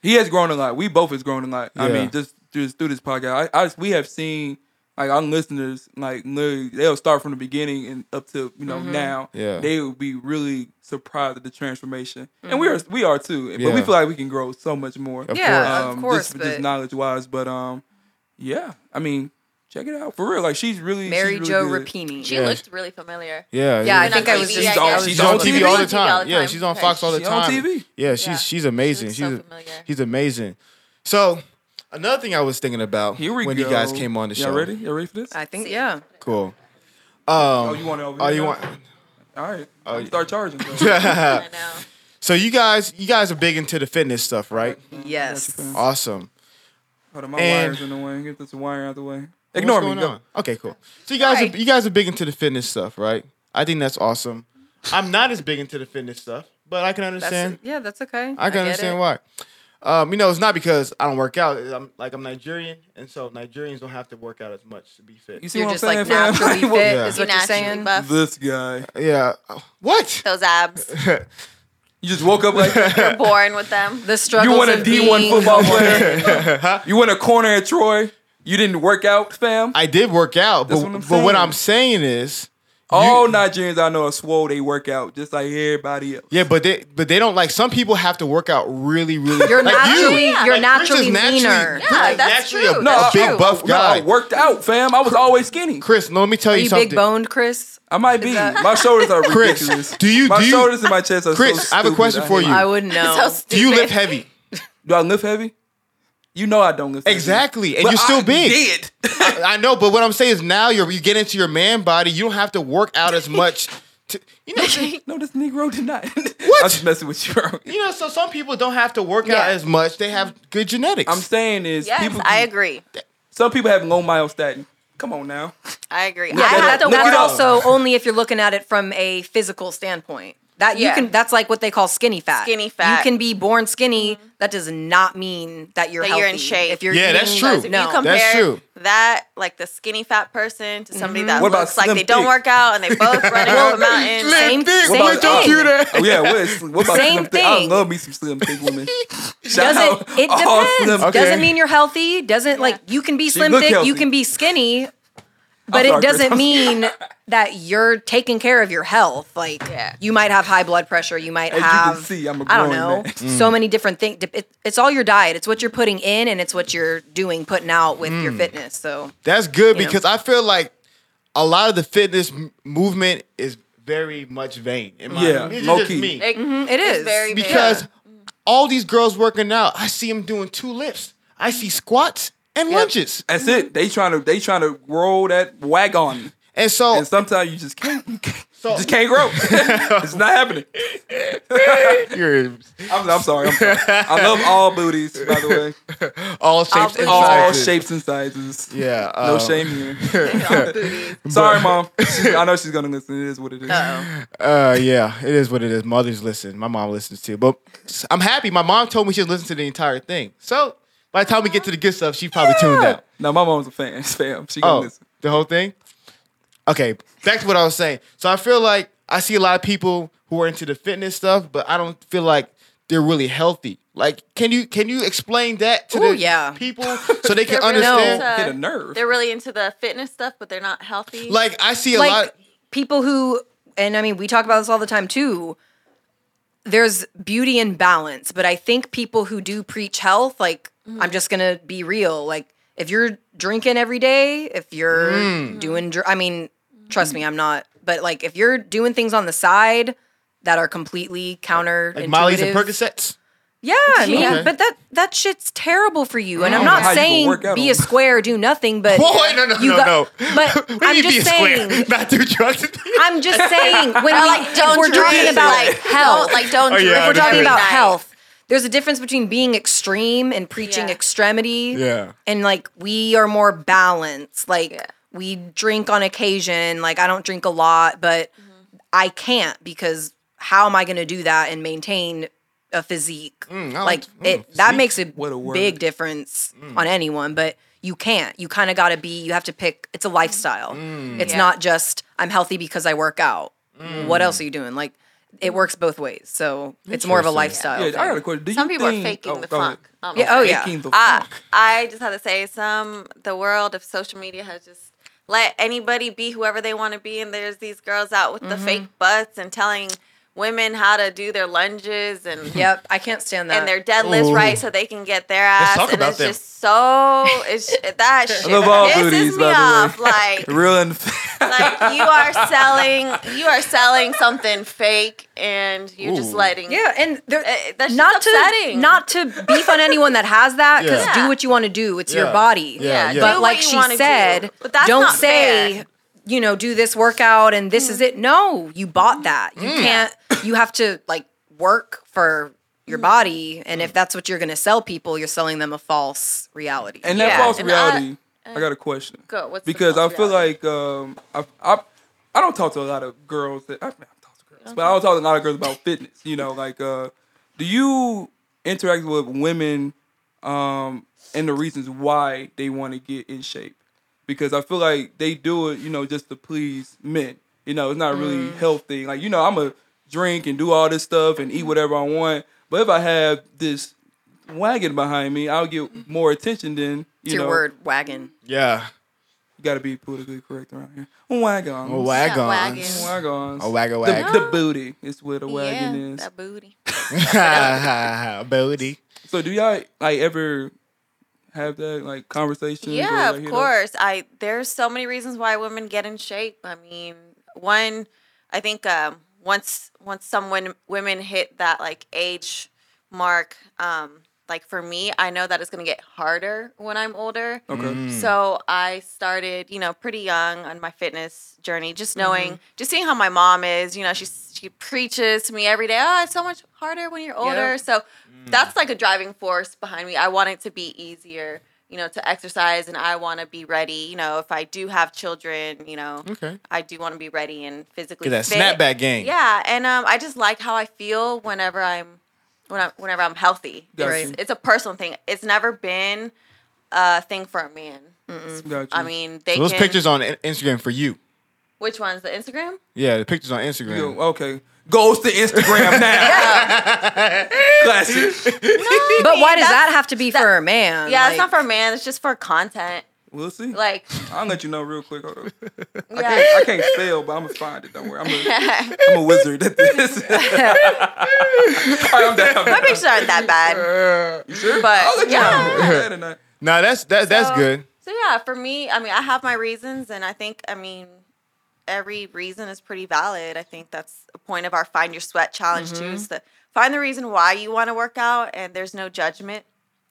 he has grown a lot. We both has grown a lot. I
Yeah.
mean, just just through this podcast, I, I we have seen like our listeners, like literally, they'll start from the beginning and up to you know
Mm-hmm.
now.
Yeah.
they will be really surprised at the transformation, and we are we are too. But we
Yeah.
feel like we can grow so much more.
Mm-hmm. yeah,
um,
of course.
just,
but
just knowledge wise. But um, yeah, I mean, check it out for real. Like she's really
Mary
she's
Jo
really good.
Rapini.
She
Yeah.
looked really familiar.
yeah,
Yeah, I
She's
think
on
I was
TV,
just.
She's
I
on-
guess.
she's
She's on
on
TV all the time. Yeah, she's on
Okay.
Fox all the
She on
time.
TV?
Yeah, she's
Yeah.
she's amazing.
She
She's
looks so
a-
familiar.
she's amazing. So another thing I was thinking about
Here we
when
go.
you guys came on the show.
Y'all ready? Y'all ready for this?
I think yeah.
Cool. Um,
oh, you want it over
oh,
here
you
now?
want? Oh,
All right. I'll start charging. though.
I know.
So you guys, you guys are big into the fitness stuff, right?
Yes.
Awesome.
Hold on, my
And-
wire's in the way. Get this wire out the way. Ignore me.
What's
Go.
going on? Okay, cool. So you guys, are,
Hi.
you guys are big into the fitness stuff, right? I think that's awesome. I'm not as big into the fitness stuff, but I can
That's
understand.
yeah. That's okay.
I can
get
understand
it.
why. Um, you know, it's not because I don't work out. I'm like I'm Nigerian, and so Nigerians don't have to work out as much to be fit.
You see
You're
what
just
I'm
like
saying? fam?
naturally
Like,
fit,
what-
is
You
what you're
naturally
saying.
buff
This guy.
Yeah. What?
those abs.
You just woke up like
You're born with them.
The struggles
you want a
of
D one
being-
football player. you want a corner at Troy. You didn't work out, fam.
I did work out, but
what I'm
but what
saying.
I'm saying is,
All Nigerians I know are swole. They work out just like everybody else.
yeah, but they but they don't like some people have to work out really really.
You're
like
naturally-
you.
you're
Like, Chris is
naturally leaner.
you're, like,
Yeah, that's
naturally
true.
A,
No,
a
I-
big
I-
buff
No,
guy.
I worked out, fam. I was always skinny.
Chris, let me tell
Are
you,
you
something.
big boned, Chris?
I might be. My shoulders are
Chris,
ridiculous.
do you-
My
do you-
shoulders and my chest are so
Chris, I have a
stupid.
question for
hate
you.
it.
I wouldn't know.
So stupid.
Do you lift heavy?
Do I lift heavy? You know I don't lift heavy.
Exactly, and
But
you're still
I
big.
Did.
I know, but what I'm saying is now you're you get into your man body, you don't have to work out as much. To, you know,
no, this Negro did not.
What?
I'm just messing with you. bro.
you know. So some people don't have to work
Yeah.
out as much. They have good genetics.
I'm saying is
yes,
people.
I agree.
Some people have low myostatin. Come on now.
I agree.
I
I
that-
have
have
to
to.
look it
That's
up.
also only if you're looking at it from a physical standpoint. That you
Yeah.
can. That's like what they call skinny fat.
Skinny fat. Mm-hmm.
You can be born skinny. That does not mean that you're
That
healthy.
you're in shape.
If you're
Yeah, that's
eating-
true.
No.
you
come-
compare
true.
that like the skinny fat person to
Mm-hmm.
somebody that
What about
looks like
slim
they don't
thick?
work out and they both running up a mountain.
Slim
same-
thick,
same
women, don't
thing.
do that.
Oh yeah, what, is, what about
Same
slim thick? I
thing.
love me some slim thick women. Shout
Doesn't
out
it
all
depends?
slim-
Okay.
Doesn't mean you're healthy. Doesn't like you can be slim
look
thick.
healthy.
You can be skinny, but it
sorry, Chris.
doesn't mean that you're taking care of your health. Like
Yeah.
you might have high blood pressure. You might
As you can
have.
see, I'm a
I don't
grown
know.
man. Mm.
So many different things. It, it's all your diet. It's what you're putting in, and it's what you're doing, putting out with
Mm.
your fitness. So
That's good
You know.
because I feel like a lot of the fitness m- movement is very much vain. In my
Yeah,
opinion. This is
low
just
key.
me.
Like,
Mm, it
it's
is.
very big.
because all these girls working out, I see them doing two lifts. I see squats and lunges,
That's it. They trying to they trying to roll that wag on.
and so
And sometimes you just can't, you can't-
Oh. So-
you just can't grow. it's not happening.
you're
I'm, I'm sorry. I'm sorry. I love all booties, by the way.
all shapes and
believe
All
sizes.
shapes and sizes.
Yeah,
No
um,
shame here. Sorry, mom. She- I know she's gonna listen. It is what it is.
Uh, yeah, it is what it is. Mothers listen. My mom listens too, but I'm happy. My mom told me she listened to the entire thing. So by the time we get to the good stuff, she probably tuned out.
No, my mom's a fan. Fam, she gonna
Oh,
listen.
the whole thing. Okay, back to what I was saying. So I feel like I see a lot of people who are into the fitness stuff, but I don't feel like they're really healthy. Like, can you can you explain that to
Ooh,
the
yeah.
people so they can
They're really
understand?
into-
Hit a nerve.
Uh, They're really into the fitness stuff, but they're not healthy.
Like, I see a
like
lot.
people who and i mean we talk about this all the time too there's beauty in balance but i think people who do preach health like i'm just gonna be real like if you're drinking every day if you're
Mm.
doing dr- i mean trust me i'm not but like if you're doing things on the side that are completely counter
Like Molly's and Percocets.
yeah, I mean,
Okay.
but that that shit's terrible for you. And I'm
don't know how
not
you can
saying
work out
be
on
a
that.
square, do nothing, but
Boy, no, no,
you
no,
got-
no.
But
What do
I'm
you mean
just
be a
saying,
square? Not do drugs.
I'm just saying when we,
like, don't
if we're
drink
talking
it.
about
Like,
health,
don't- like, don't Oh,
if
yeah, drink
we're
it
talking
every
about
night.
health, there's a difference between being extreme and preaching
Yeah.
extremity.
Yeah.
and like we are more balanced. Like
Yeah.
we drink on occasion. Like I don't drink a lot, but I can't because how am I going to do that and maintain a physique?
I
like
like-
it
mm,
that
physique?
makes a,
What a word.
big difference
Mm.
on anyone, but you can't. You kind of got to be. You have to pick. It's a lifestyle. It's
Mm.
Yeah.
not just I'm healthy because I work out. What else are you doing? Like it works both ways. So it's more of a lifestyle.
Yeah, I
thing.
got a question. Do
Some
you
people are
think-
faking
oh,
the
go ahead.
funk. Um,
Yeah, oh yeah.
Faking the
I,
funk.
I just have to say, some the world of social media has just let anybody be whoever they want to be, and there's these girls out with the
Mm-hmm.
fake butts and telling women how to do their lunges and
Yep, I can't stand that. Oh.
and their deadlifts
Ooh.
right so they can get their ass.
talk
and
about
it's
them.
just so it's that shit
love all
pisses
booties,
me
by the way.
off. Like
Real and
like you are selling you are selling something fake and you're just
Ooh.
letting
yeah, and they're,
Eh, that's just
not to
upsetting.
not to beef on anyone that has that because
Yeah.
do what you want to do. It's
Yeah.
your body.
Yeah,
yeah,
yeah.
do
But
what
like
you
she
wanna do.
said,
but that's
don't
not
say,
fair. Mm.
you know, do this workout and this is it. No, you bought that. You
Mm.
can't, you have to like work for your
Mm.
body. And if that's what you're going to sell people, you're selling them a false reality.
and that
Yeah,
false
and uh,
reality. I, got a question.
Go, what's the
because I
false
feel
reality?
like um, I, I I don't talk to a lot of girls that I, I talk to girls, but I don't talk to a lot of girls about fitness. You know, like uh, do you interacts with women um, and the reasons why they want to get in shape. Because I feel like they do it, you know, just to please men. You know, it's not
Mm.
really healthy. Like, you know, I'm a drink and do all this stuff and eat whatever I want. But if I have this wagon behind me, I'll get more attention than, you
It's your
know,
word wagon.
Yeah.
you got to be politically correct around here. Wagons.
A wagon.
wagons.
Wagons.
Oh, A wag a
The,
wag.
the booty is where the wagon
yeah,
is.
that booty.
Booty.
So do y'all like ever have that like conversation?
Yeah, of course. I there's so many reasons why women get in shape. I mean, one, I think um, once once someone women hit that like age mark, um, like for me, I know that it's gonna get harder when I'm older.
Okay.
Mm.
So I started, you know, pretty young on my fitness journey, just knowing, just seeing how my mom is. You know, she she preaches to me every day. Oh, it's so much harder when you're older. So
Mm.
that's like a driving force behind me. I want it to be easier, you know, to exercise, and I want to be ready. You know, if I do have children, you know,
Okay.
I do want to be ready and physically
Get that
fit.
snapback game.
Yeah, and um, I just like how I feel whenever I'm, when I, whenever I'm healthy.
Gotcha.
It's, it's a personal thing. It's never been a thing for a man.
Gotcha.
I mean, they
So those
can,
pictures on In- Instagram for you.
Which ones? The Instagram?
Yeah, the pictures on Instagram.
Yo, okay. Goes to Instagram now. Classic.
But why does
that's-
that have to be for a man?
Yeah, it's not
Like,
for a man. It's just for content.
We'll see.
Like,
I'll let you know real quick. Hold on. I
yeah.
can't, I can't fail, but I'm gonna find it. Don't worry. I'm a, I'm a wizard at this. All right, I'm down. I'm
my
down.
pictures aren't that bad. You sure? But
I'll let you
yeah.
know. I'm glad or not.
Nah, that's that, that's
So-
good.
So yeah, for me, I mean, I have my reasons, and I think, I mean, every reason is pretty valid. I think that's a point of our find your sweat challenge too. Is to find the reason why you want to work out, and there's no judgment,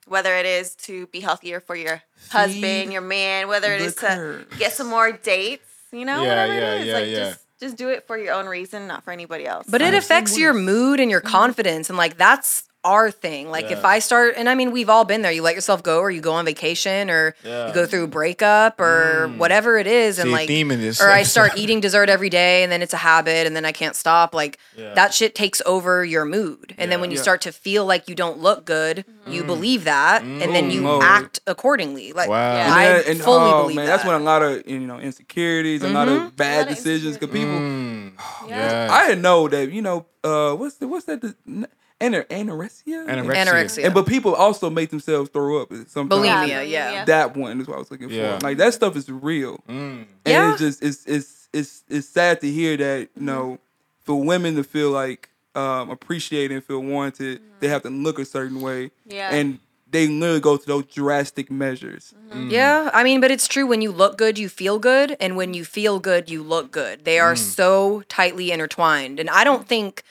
whether it is to be healthier for your husband, your man, whether it
the
is
curves.
to get some more dates, you know,
Yeah,
whatever
yeah,
it is.
yeah,
like
yeah.
just just do it for your own reason, not for anybody else.
But it affects your mood and your confidence. And like that's our thing. Like if I start and I mean we've all been there. You let yourself go or you go on vacation or
Yeah. Mm.
you go through a breakup or whatever it is. And
See a
like
theme in this
or I
episode.
start eating dessert every day and then it's a habit and then I can't stop. Like
Yeah.
that shit takes over your mood. And then
Yeah. Mm.
when you
Yeah.
start to feel like you don't look good, you believe that and then you
Lord.
act accordingly. Like
Wow.
yeah,
And
I
that- and-
fully
oh,
believe
man,
that.
that's when a lot of you know insecurities, a lot of bad
lot of
decisions. Because people,
Mm,
Yeah.
I didn't know that you know uh what's the what's that the, ana- anorexia
Anorexia.
anorexia.
and but people also make themselves throw up sometimes.
bulimia,
Yeah,
yeah.
bulimia.
That one is what I was looking
Yeah.
for. Like that stuff is real, and
Mm.
Yeah.
it's just it's it's it's it's sad to hear that you know for women to feel like um appreciated and feel wanted, they have to look a certain way,
Yeah.
and they literally go to those drastic measures.
Mm.
Yeah, I mean, but it's true. When you look good, you feel good, and when you feel good, you look good. They
Mm.
are so tightly intertwined, and I don't think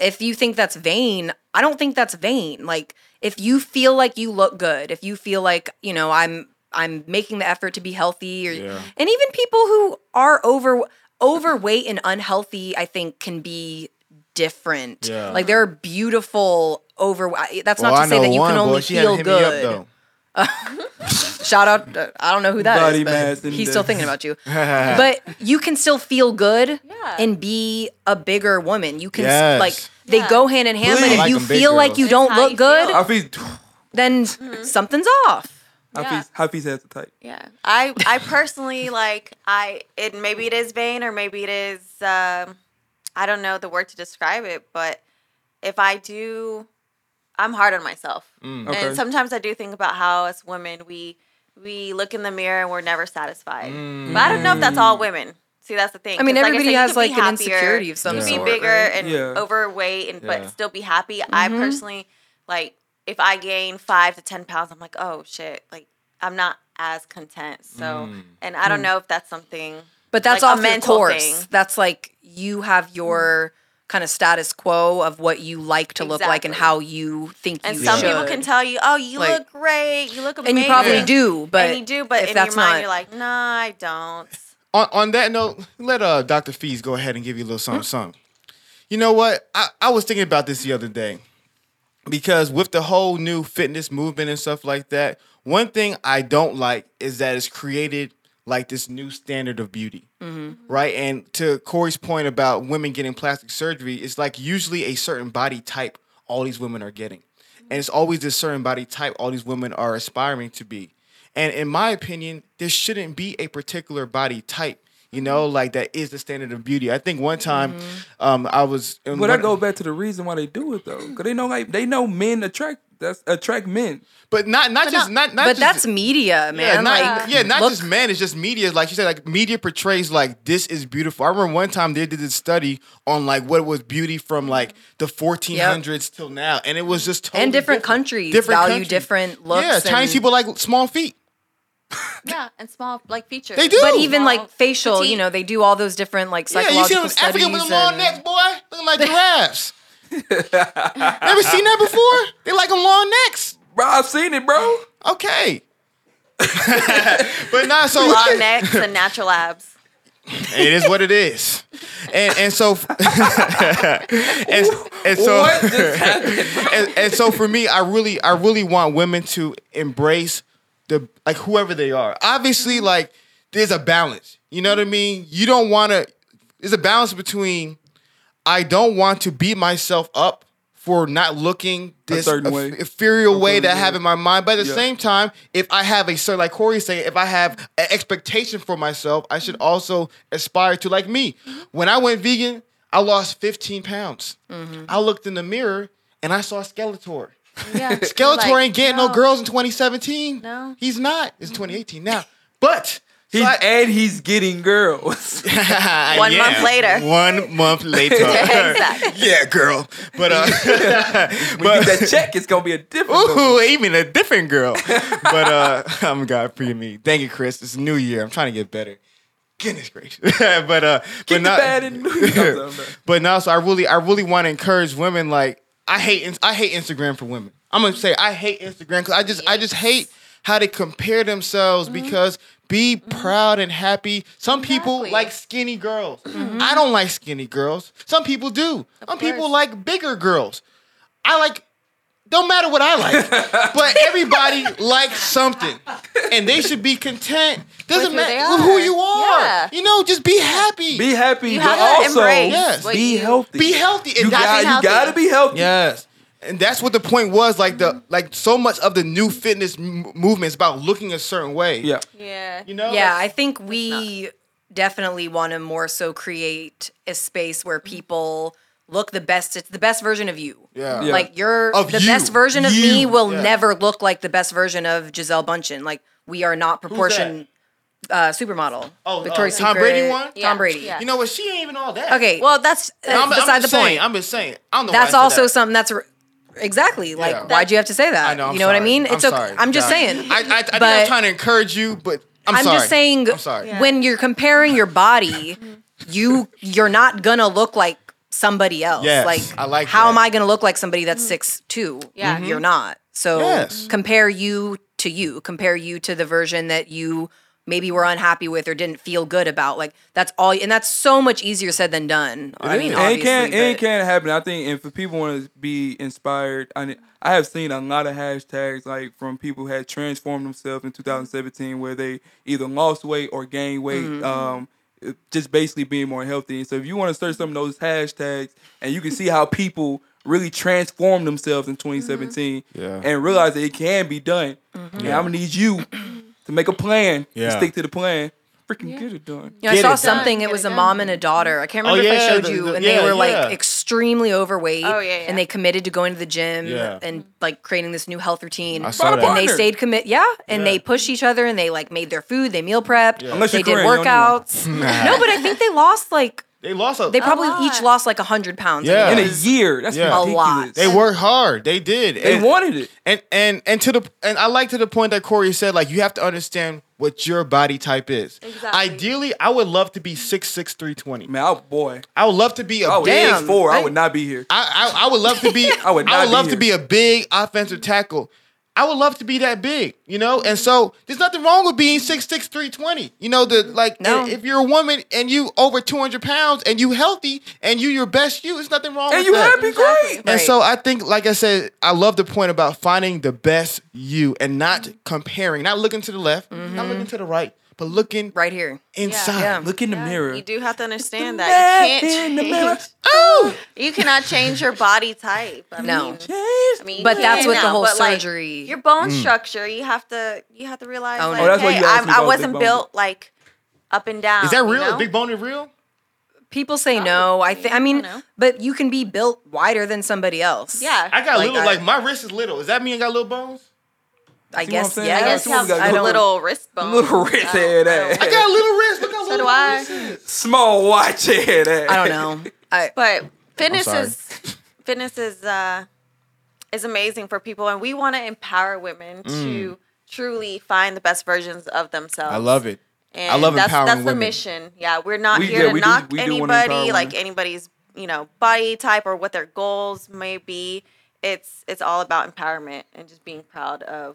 if you think that's vain, I don't think that's vain. Like if you feel like you look good, if you feel like you know I'm I'm making the effort to be healthy, or
Yeah.
And even people who are over overweight and unhealthy, I think, can be different.
Yeah.
Like there are beautiful over. I- That's not
Well,
to say that you can only
boy, she had to
feel
hit me up,
good.
though.
shout out. uh, I don't know who that is,
Body
but
mass
he's
index.
still thinking about you. but you can still feel good
Yeah.
and be a bigger woman. You can s-
Yes.
like they
Yeah.
go hand in hand.
Please.
But if
I like
you
them big
feel like
girls.
you
It's
don't
how
look
you
good,
feel.
Hafiz,
Mm-hmm.
then something's off.
Hafiz, Hafiz has the type.
Yeah, I I personally like I it maybe it is vain or maybe it is um, I don't know the word to describe it, but if I do, I'm hard on myself,
Okay.
and sometimes I do think about how as women we we look in the mirror and we're never satisfied. But I don't know if that's all women. See, that's the thing.
I mean,
'cause
everybody
you
has,
could be
like, an
happier,
insecurity of some
You could
sort,
be bigger
right?
and
Yeah.
overweight and
Yeah.
but still be happy. I
Mm-hmm.
personally like if I gain five to ten pounds, I'm like, oh shit, like I'm not as content. So, and I
Mm.
don't know if that's something.
But that's
Like a
off your
mental
course.
thing. Mm-hmm.
That's like you have your kind of status quo of what you like to look like and
Exactly.
how you think
And
you
some
should.
people can tell you, oh, you
Like-
look great, you look amazing,
and you probably
Yeah.
do, but
and you do, but
if
in
that's
your mind,
not,
you're like, nah, I don't.
on, on that note, let uh, Dr. Fees go ahead and give you a little something, something. You know what? I, I was thinking about this the other day because with the whole new fitness movement and stuff like that, one thing I don't like is that it's created like this new standard of beauty, right? And to Corey's point about women getting plastic surgery, it's like usually a certain body type all these women are getting. and it's always this certain body type all these women are aspiring to be. And in my opinion, there shouldn't be a particular body type. You know, like that is the standard of beauty. I think one time, um, I was. in
But that
one-
goes back to the reason why they do it though, because they know like they know men attract that's attract men.
but not not just not not.
but
just,
that's media, man.
Yeah, not,
like,
yeah, not
look-
just men. It's just media. Like you said, like media portrays like this is beautiful. I remember one time they did this study on like what was beauty from like the 1400s till now, and it was just totally
And different countries value different looks
Yeah, Chinese
and-
people like small feet.
Yeah, and small like features.
They do.
But
But even
Small,
like facial,
petite.
you know, they do all those different like
Yeah, you see
psychological
them
studies.
African with them long
and-
necks, boy, looking like giraffes. Never seen that before. They like them long necks.
Bro, I've seen it, bro.
Okay. but not so
long necks and natural abs.
it is what it is. And and so and, and so
what just happened?
and, and so for me, I really I really want women to embrace the like whoever they are. Obviously, like there's a balance. You know what I mean? You don't want to. There's a balance between I don't want to beat myself up for not looking this
certain
inf-
way.
inferior way that I
way.
have in my mind. But at the
Yeah.
same time, if I have a certain, like Corey saying, if I have an expectation for myself, I
Mm-hmm.
should also aspire to like me. When I went vegan, I lost 15 pounds.
Mm-hmm.
I looked in the mirror and I saw Skeletor.
Yeah.
Skeletor
Like,
ain't getting no. girls in 2017.
No.
He's not. It's 2018 now. But
He's,
so I-
and he's getting girls.
One month later.
One month later.
Exactly.
Yeah, girl. But uh
But that check is gonna be a different. one.
Ooh, even a different girl. but uh I'm God free me. Thank you, Chris. It's a new year. I'm trying to get better. Goodness gracious. but uh
Keep
but
the
not
bad in. I'm sorry, I'm sorry.
but now so I really I really want to encourage women like I hate I hate Instagram for women. I'm gonna say I hate Instagram because I just I just hate how they compare themselves
Mm-hmm.
because be proud and happy. Some people
Exactly.
like skinny girls.
Mm-hmm.
I don't like skinny girls. Some people do. Some people
course.
like bigger girls. I like don't matter what I like, but everybody likes something, and they should be content. Doesn't
who
matter
they
with who
are.
you are.
Yeah.
You know, just be happy.
Be happy,
You
but
have to
also
embrace
Yes.
what
be
you-
healthy.
Be healthy.
You,
and that's-
got,
be
you
healthy.
gotta be healthy.
Yes. And that's what the point was. Like the like so much of the new fitness m- movement is about looking a certain way.
Yeah.
Yeah.
You know.
Yeah, I
Like,
think we definitely want to more so create a space
Mm.
where people look the best. It's the best version of you.
Yeah.
Yeah.
Like you're
Of
the
you.
best version of me
You.
will
Yeah.
never look like the best version of Giselle Bundchen. Like we are not proportion uh, supermodel.
Oh, uh,
Victoria's
Tom
Secret,
Brady one?
Tom
Yeah.
Brady.
Yeah.
You know what? She ain't even all that.
Okay.
Well, that's
that's
I'm, I'm
beside the
just saying,
point.
I'm just saying. I don't know. why I
that's
said
also
that.
something that's re- exactly like
Yeah.
why'd you have to say that?
I know. I'm
you know what I
sorry.
mean?
I'm
It's okay.
sorry.
I'm just
God.
saying.
I, I, I think I'm
But-
trying to encourage you, but I'm,
I'm
sorry.
just saying
I'm sorry.
when you're comparing your body, you you're not gonna look like somebody else.
Yes,
like
I like
how am
that.
I gonna look like somebody that's
Mm-hmm.
six two?
Yeah.
You're not. So
Yes.
compare you to you. Compare you to the version that you maybe were unhappy with or didn't feel good about. Like that's all and that's so much easier said than done. I
And
mean,
is.
it
obviously.
can and it
but-
can happen. I think if people want to be inspired, I I have seen a lot of hashtags like from people who had transformed themselves in 2017, where they either lost weight or gained weight.
Mm-hmm.
Um, it- just basically being more healthy. And so if you want to search some of those hashtags, and you can see how people really transformed themselves
Mm-hmm.
in 2017,
Yeah.
and realize that it can be done.
Mm-hmm.
And I'm gonna need you to make a plan.
Yeah.
And stick to the plan. Freaking get it done.
You know, I
Get
saw
it.
something.
Done,
It was
get
a
it
mom and a daughter. I can't
Oh,
remember if I
yeah,
showed
the-
you,
the-
and
yeah,
they were like
yeah.
extremely overweight.
Oh, yeah, yeah.
And they committed to going to the gym
Yeah.
and like creating this new health routine.
I saw
Bada
that.
and they
Partner.
stayed commit. Yeah, and
Yeah.
they pushed each other, and they like made their food. They meal prepped.
Unless
they
you're
did
Korean, you don't need one.
workouts. no, but I think they lost like
They lost. A,
they probably
lot.
each lost like hundred pounds. I mean,
Yeah.
it
In a
was-
year, that's
Yeah. A
ridiculous.
lot.
They worked hard. They did.
They
And-
wanted it.
And and and to the and I like to the point that Corey said, like you have to understand what your body type is.
Exactly.
Ideally, I would love to be six six three twenty.
Man, I, boy,
I would love to be a
I was
big.
six four. I would not be here.
I, I I would love to be. I
would
would.
not be
love
here.
to be a big offensive tackle. I would love to be that big, you know. And so there's nothing wrong with being six six three twenty. You know, the like
No.
if you're a woman and you over two hundred pounds and you healthy and you your best you, it's nothing wrong.
And
with
you
that.
happy, great.
And
Right.
so I think, like I said, I love the point
Mm-hmm.
about finding the best you and not comparing, not looking to the left, not looking to the right, but looking
right here.
inside.
yeah.
Look in the
Yeah,
mirror.
You do have to understand that. You
Look in
can't
the mirror.
change.
Oh!
You cannot change your body type. I
No.
Mean, I mean, you
But that's
can
what the
now,
whole
but, like,
surgery-
your bone structure, you have to you have to realize
Oh,
like,
no. Oh,
that's why
hey,
you asked
I'm-
me
I
about
wasn't
big bone.
built like up and down.
Is that
Um,
you
real? Is
know?
Big Boney real?
People say no. I think. I mean,
know.
but you can be built wider than somebody else.
Yeah.
I got
Like
little,
I-
like my wrist is little. Does that mean I got little bones?
I
See what I'm
guess.
saying?
Yeah.
I guess
That's what we
you
got
have
going
a
on.
little wrist bone.
Little red head ass.
I got a little wrist. Look how
So
little
do
my
I.
wrist is.
Small watch head ass.
I don't know. I,
But fitness
sorry.
is fitness is uh is amazing for people and we want to empower women to truly find the best versions of themselves.
I love it.
And
I love
that's,
empowering
that's the
women.
mission. Yeah, we're not
We-
here
yeah,
to
we do-
knock
we do wanna empower
anybody,
women.
like anybody's, you know, body type or what their goals may be. It's it's all about empowerment and just being proud of,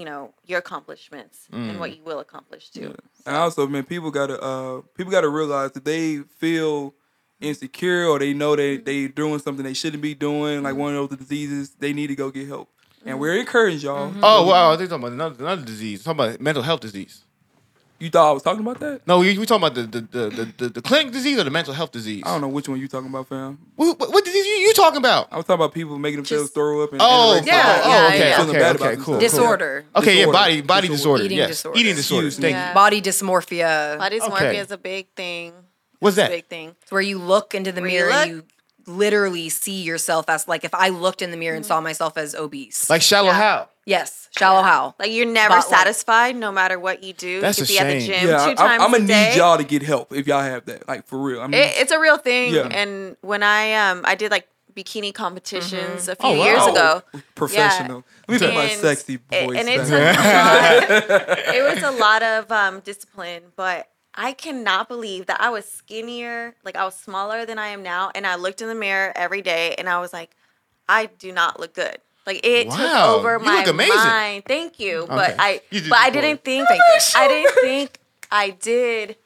you know, your accomplishments and
Mm.
what you will accomplish too.
And also, man, people gotta uh people gotta realize that they feel insecure or they know they
Mm-hmm.
they doing something they shouldn't be doing, like one of those diseases, they need to go get help.
Mm-hmm.
And we're encouraged y'all.
Oh, wow. I think talking about another, another disease. talking about mental health disease.
You thought I was talking about that?
No, we, we talking about the the, the, the the the clinic disease or the mental health disease?
I don't know which one you talking about, fam.
What, what, what disease you, you talking about?
I was talking about people making themselves
Just-
throw up and
Oh,
anorexia.
Yeah,
oh,
yeah,
oh, okay,
yeah.
Feeling
okay,
bad
okay,
about
cool, cool.
themselves.
disorder.
Okay, yeah,
Disorder.
body body
Disorder.
disorder,
Eating
yes,
disorder.
eating disorder.
Excuse
Thank
me.
you.
Yeah.
Body dysmorphia.
Body dysmorphia
Okay.
is a big thing.
What's
It's
that?
a big thing.
It's where you look into the
Where you
mirror and
look.
you literally see yourself as like if I looked in the mirror and
Mm-hmm.
saw myself as obese.
Like shallow how?
yes, shallow how.
Like you're never
Spotlight.
satisfied, no matter what you do.
That's
you
a
could be at the
shame.
gym
Yeah,
two
I,
times
am
a
gonna
day.
need y'all to get help if y'all have that, like for real. I mean,
It, it's a real thing,
Yeah.
and when I um I did like bikini competitions a few
Oh, wow.
years ago.
professional. Let me put my
And-
sexy
a-
voice.
and it
back.
took a lot. It was a lot of um, discipline, but I cannot believe that I was skinnier, like I was smaller than I am now, and I looked in the mirror every day, and I was like, I do not look good. Like it
Wow,
took over
you
my
look amazing.
mind. Thank you, but
Okay.
I,
You did
but I
good.
didn't think, I didn't think I did.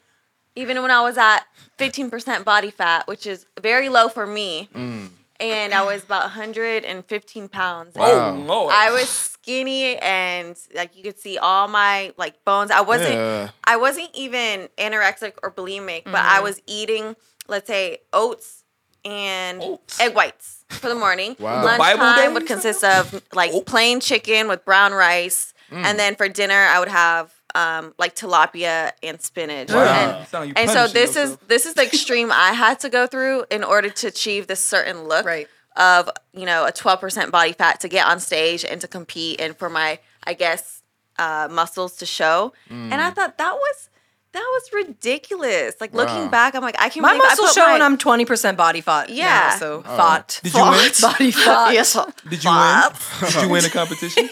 Even when I was at 15% body fat, which is very low for me,
Mm.
and I was about 115 pounds.
oh lord,
I was skinny and like you could see all my like bones. I wasn't
Yeah.
I wasn't even anorexic or bulimic, but I was eating let's say oats and
Oats.
egg whites for the morning.
Wow. The
Bible
Lunchtime would
days?
consist of like plain chicken with brown rice
Mm.
and then for dinner I would have um, like tilapia and spinach.
Wow.
And,
Sound you
and so
punishing
this
yourself.
is this is the extreme I had to go through in order to achieve this certain look
Right.
of you know a 12% body fat to get on stage and to compete and for my i guess uh, muscles to show and
Mm.
i thought that was that was ridiculous like
Wow.
looking back i'm like i can't
My
believe I
muscle
put
show
my-
and I'm 20% body fat. Yeah.
Yeah.
so
Oh.
fat.
Did you win?
Fat. Body fat.
yes
Did you win? Did you win a competition?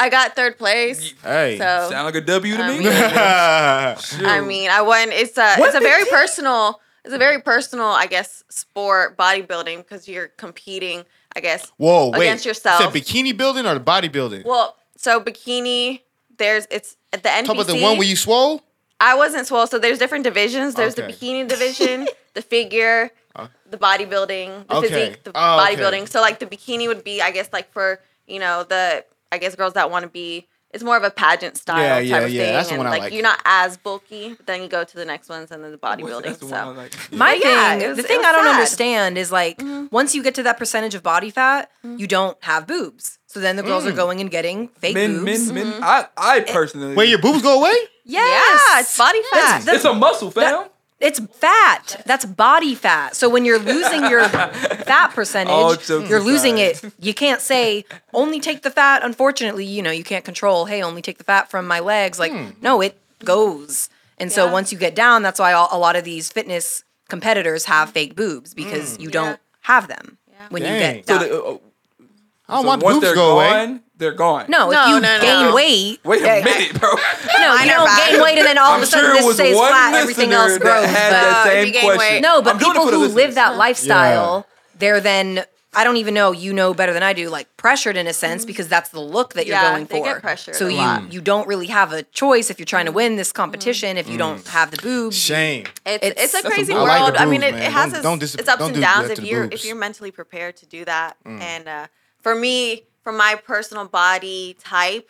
i got third place
Uh, Hey.
so
Sound like a W to
I
me.
mean-
That's
i mean i won it's a
What
it's a
the
very
heck?
personal it's a very personal i guess sport bodybuilding because you're competing i guess
Whoa, wait.
Against yourself.
Is it bikini building or the bodybuilding?
well so bikini there's it's at the NPC.
Talk about the one where you swole?
I wasn't swole. So there's different divisions. There's
Okay. Uh,
the bikini division, the figure, the bodybuilding, the
Okay.
physique, the
Oh, okay.
bodybuilding. So like the bikini would be, I guess, like for you know the I guess girls that want to be. It's more of a pageant style
Yeah,
type
yeah,
of
yeah.
thing.
That's the
and
one I
like,
like.
you're not as bulky. But then you go to the next ones and then the bodybuilding.
That's the
so
one I like.
My
But yeah,
thing,
it was-
the
it
thing
was Mm-hmm.
I don't
sad.
understand is like once you get to that percentage of body fat,
Mm-hmm.
you don't have boobs. So then the girls are going and getting fake
Men,
boobs.
men,
mm-hmm.
men. I, I personally.
Where your boobs go away?
Yes.
yeah, it's body fat.
the-
it's a muscle, fam.
It's fat. That's body fat. So when you're losing your fat percentage,
Oh, it's so
you're losing it.
precise.
You can't say only take the fat. Unfortunately, you know, you can't control, hey, only take the fat from my legs. Like,
Hmm.
no, it goes. And so
Yeah.
once you get down, that's why all, a lot of these fitness competitors have fake boobs because you don't have them when you
Dang.
get
Hmm. So
down.
the, uh, uh,
I don't
so
want
once
boobs
they're
to go
gone,
away.
they're gone.
no,
No,
if you
no, no,
gain
no.
weight,
Wait
yeah,
a minute, bro.
no, you don't
back.
gain weight, and then all of
I'm
a sudden
sure it
this
was
stays
one
flat, everything
listener
else grows.
That had
but-
that
No, if
same
you gain
question.
weight-
No, but
I'm doing it
people
for the
who live
listeners.
that lifestyle, they're then I don't even know. You know better than I do. Like pressured in a sense because that's the look that
Mm-hmm. Yeah,
you're going
they
for.
get pressured
so
a
you
lot. Mm-hmm.
you don't really have a choice if you're trying to win this competition. If you don't
Mm.
have the boobs,
Shame.
It's,
It's-
it's,
that's
a
a
crazy
boob. I
world.
like
I,
the
mean,
boobs,
it,
man.
it has
Don't-
its,
don't dis-
its ups
don't
and
do
downs
that to Mm.
if
the
you're
boobs.
if you're mentally prepared to do that. And uh, for me, for my personal body type,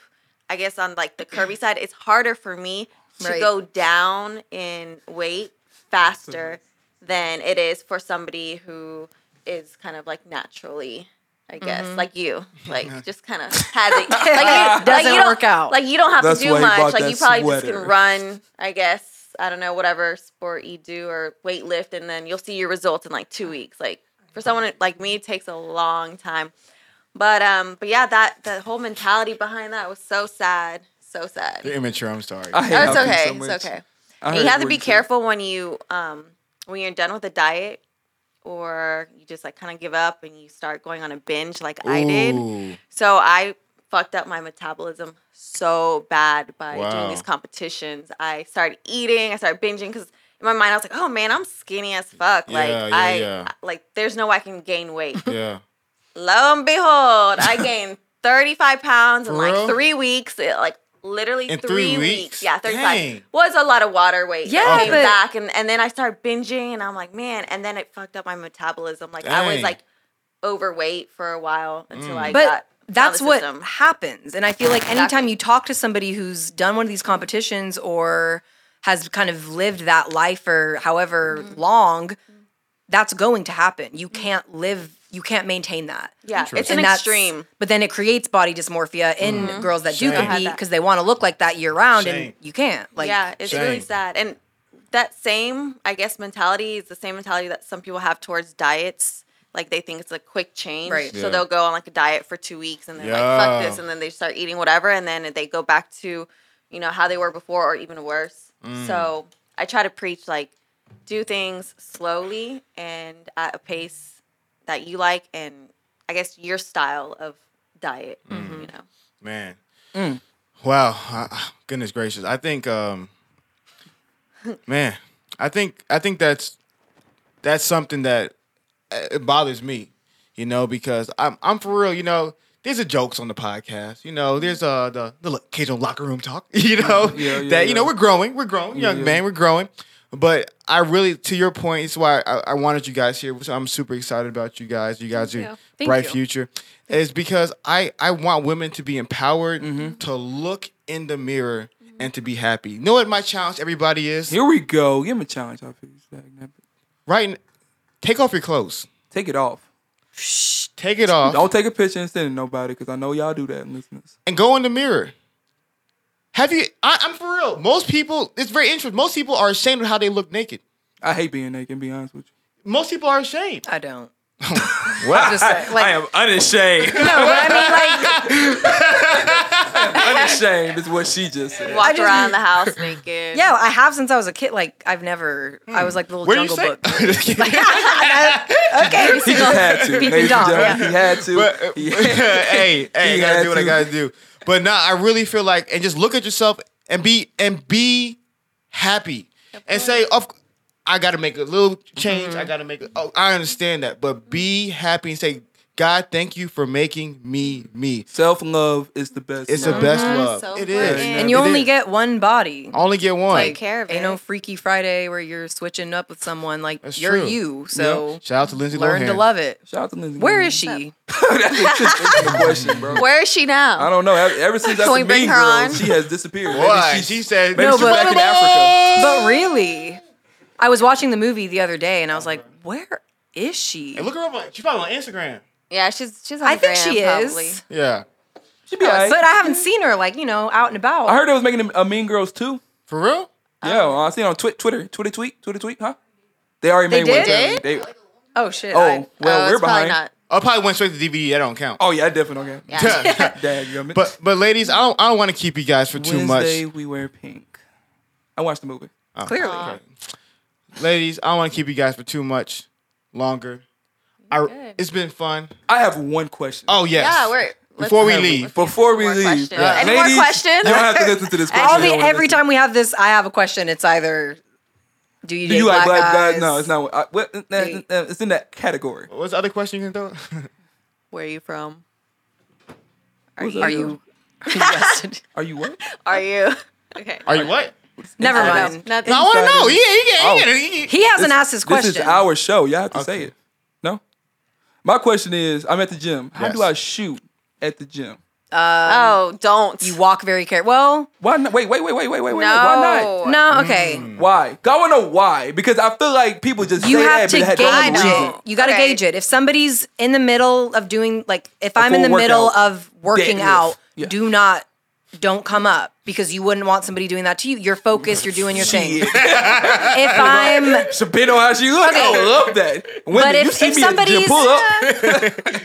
I guess on like the curvy side, it's harder for me to
Right.
go down in weight faster
Mm-hmm.
than it is for somebody who is kind of like naturally. I guess,
Mm-hmm.
like you, like just kind of has it. Like, you- like
Doesn't
you don't,
work out.
Like you don't have
That's
to do
why he bought
much. Like
that
you probably just
sweater.
can run. I guess I don't know whatever sport you do or weight lift, and then you'll see your results in like two weeks. Like for someone like me, it takes a long time. But um, but yeah, that the whole mentality behind that was so sad, so sad.
You're immature. I'm sorry.
I hate
Oh, it's
Hopkins
okay.
so much.
it's okay.
I
And
hate
you have to be
Woods.
careful when you um when you're done with a diet or you just like kind of give up and you start going on a binge like I did.
Ooh.
So I fucked up my metabolism so bad by
Wow.
doing these competitions. I started eating, I started binging cuz in my mind I was like, "Oh man, I'm skinny as fuck." like
Yeah, yeah,
I
yeah.
like there's no way I can gain weight.
Yeah.
Lo and behold, I gained 35 pounds in
For
like
real?
three weeks. It, like literally
In
three,
three
weeks.
weeks?
Yeah, 35.
Dang.
Was a lot of water weight.
Yeah,
I came
but-
back and, and then I started binging and I'm like, man, and then it fucked up my metabolism. Like I
Dang. Mm.
was like overweight for a while until I
But
got
that's
out of the
what
system.
happens. And I feel like anytime
Exactly.
you talk to somebody who's done one of these competitions or has kind of lived that life for however
Mm-hmm.
long, that's going to happen. You can't live, you can't maintain that.
Yeah, it's an
And that's-
extreme.
But then it creates body dysmorphia in girls that
Mm-hmm. Shame.
do compete
that.
because they want to look like that year round
Shame.
and you can't. Like,
yeah, it's really
Shame.
sad. And that same, I guess, mentality is the same mentality that some people have towards diets. Like they think it's a quick change,
Right.
Yeah.
so they'll go on like a diet for two weeks and they're like, "Fuck
Yeah.
this," and then they start eating whatever, and then they go back to, you know, how they were before or even worse. So I try to preach like, do things slowly and at a pace that you like, and I guess your style of diet. You know,
Man.
Mm.
Wow. I- Goodness gracious. I think um man, I think I think that's that's something that uh, it bothers me, you know, because I'm I'm for real, you know, there's a jokes on the podcast, you know, there's uh the the occasional locker room talk, you know,
Yeah, yeah,
that you know
yeah.
we're growing, we're growing, young
yeah.
man, we're growing. But I really, to your point, it's why I, I wanted you guys here. So I'm super excited about you guys. You guys are
you.
Thank
bright
you.
future is because I I want women to be empowered
Mm-hmm.
to look in the mirror and to be happy. You know what my challenge everybody is?
Here we go. Give him a challenge. I'll figure this out.
Right, n- take off your clothes.
Take it off.
Take it off
Don't take a picture and send it to nobody because I know y'all do that, listeners.
and go in the mirror. Have you? I, I'm for real. Most people, it's very interesting. Most people are ashamed of how they look naked.
I hate being naked. to Be honest with you.
Most people are ashamed.
I don't.
Wow.
Just say, like,
am unashamed.
no, but I mean, like,
unashamed is what she just said.
walk
just-
around the house naked.
yeah, I have since I was a kid. Like, I've never, I was like the little
What do you
jungle
say?
book.
He just had to.
Peeping
Ladies and
Tom,
gentlemen,
yeah.
he had to.
But uh,
He
hey, hey, I
He
gotta
had
do what I
to.
gotta do. But now I really feel like and just look at yourself and be and be happy and say, of I gotta make a little change. I gotta make. A, oh, I understand that, but be happy and say, God, thank you for making me me.
Self love is the best.
It's the
love.
best love.
so
it
important.
is,
Mm-hmm. And you
It
only
is.
get one body.
I only get one.
Take care of it.
Ain't no Freaky Friday where you're switching up with someone. Like
That's
you're
true.
you,
Yeah.
so
shout out to Lindsay
learn
Lohan.
to love it.
Shout out to Lindsay.
Where is
Lohan.
she?
That's a trick question, bro.
Where is she now?
I don't know. Ever ever since after
we bring
Mean
her
Girls,
on?
she has disappeared.
Boy,
Maybe she's,
she said,
maybe
No,
she's
but-
back in Africa.
But really, I was watching the movie the other day and I was like, where is she?
And look her up. on- She's probably on Instagram.
Yeah, she's she's. On
I think she
gram,
is,
probably.
Yeah,
She be alright.
but I haven't seen her like you know out and about.
I heard they was making a, a Mean Girls too.
for real.
Yeah, well, I seen it on Twi- Twitter, Twitter tweet, Twitter tweet, huh? They already
They
made one.
did?
apparently. They,
oh shit! I-
oh,
Oh,
well,
it's
we're behind.
probably not.
I probably went straight to DVD. That don't count.
Oh yeah, I definitely okay. Yeah.
Oh.
Dad,
But but ladies, I don't I don't want to keep you guys for too
Wednesday
much. Oh,
we wear pink. I watched the movie.
clearly.
Ladies, I don't want to keep you guys for too much longer. I, it's been fun.
I have one question.
Oh yes.
Yeah, we're.
Before we
let's-
leave.
Before we
More
leave,
questions. Yeah. Any more
ladies,
questions?
You don't have to listen to this question.
All
You
the
don't wanna
every
listen.
time we have this, I have a question. It's either do you
Do
date
you like
black,
black guys?
guys?
No, it's not. I, what, uh, uh, uh, it's in that category.
What's the other question you can throw?
Where are you from?
Are you? Arrested?
Are you what?
Are you? Okay.
Are you what?
Never
No,
mind.
Nothing.
No, I want to know.
Oh.
Yeah, yeah, yeah.
He hasn't asked his question.
This is our show. You have to say
Okay.
it. No. My question is: I'm at the gym. How
Yes.
do I shoot at the gym?
oh, don't.
You walk very careful. Well,
Why not? Wait, wait, wait, wait, wait, wait, wait. Why not?
no.
no, okay.
Why? I want to know why because I feel like people just
You
Hmm. say that, but
have to
they had no
gauge
reason.
it. You got to
Okay.
gauge it. If somebody's in the middle of doing, like, if i I'm in
full
the middle
workout.
of working
Deadlift.
out,
Yeah.
do not, don't come up because you wouldn't want somebody doing that to you. You're focused. You're doing your thing. if I'm,
Depending on how she look,
Okay.
I love that. When
But
you
if-
see
if
me at the gym,
somebody's-
pull up,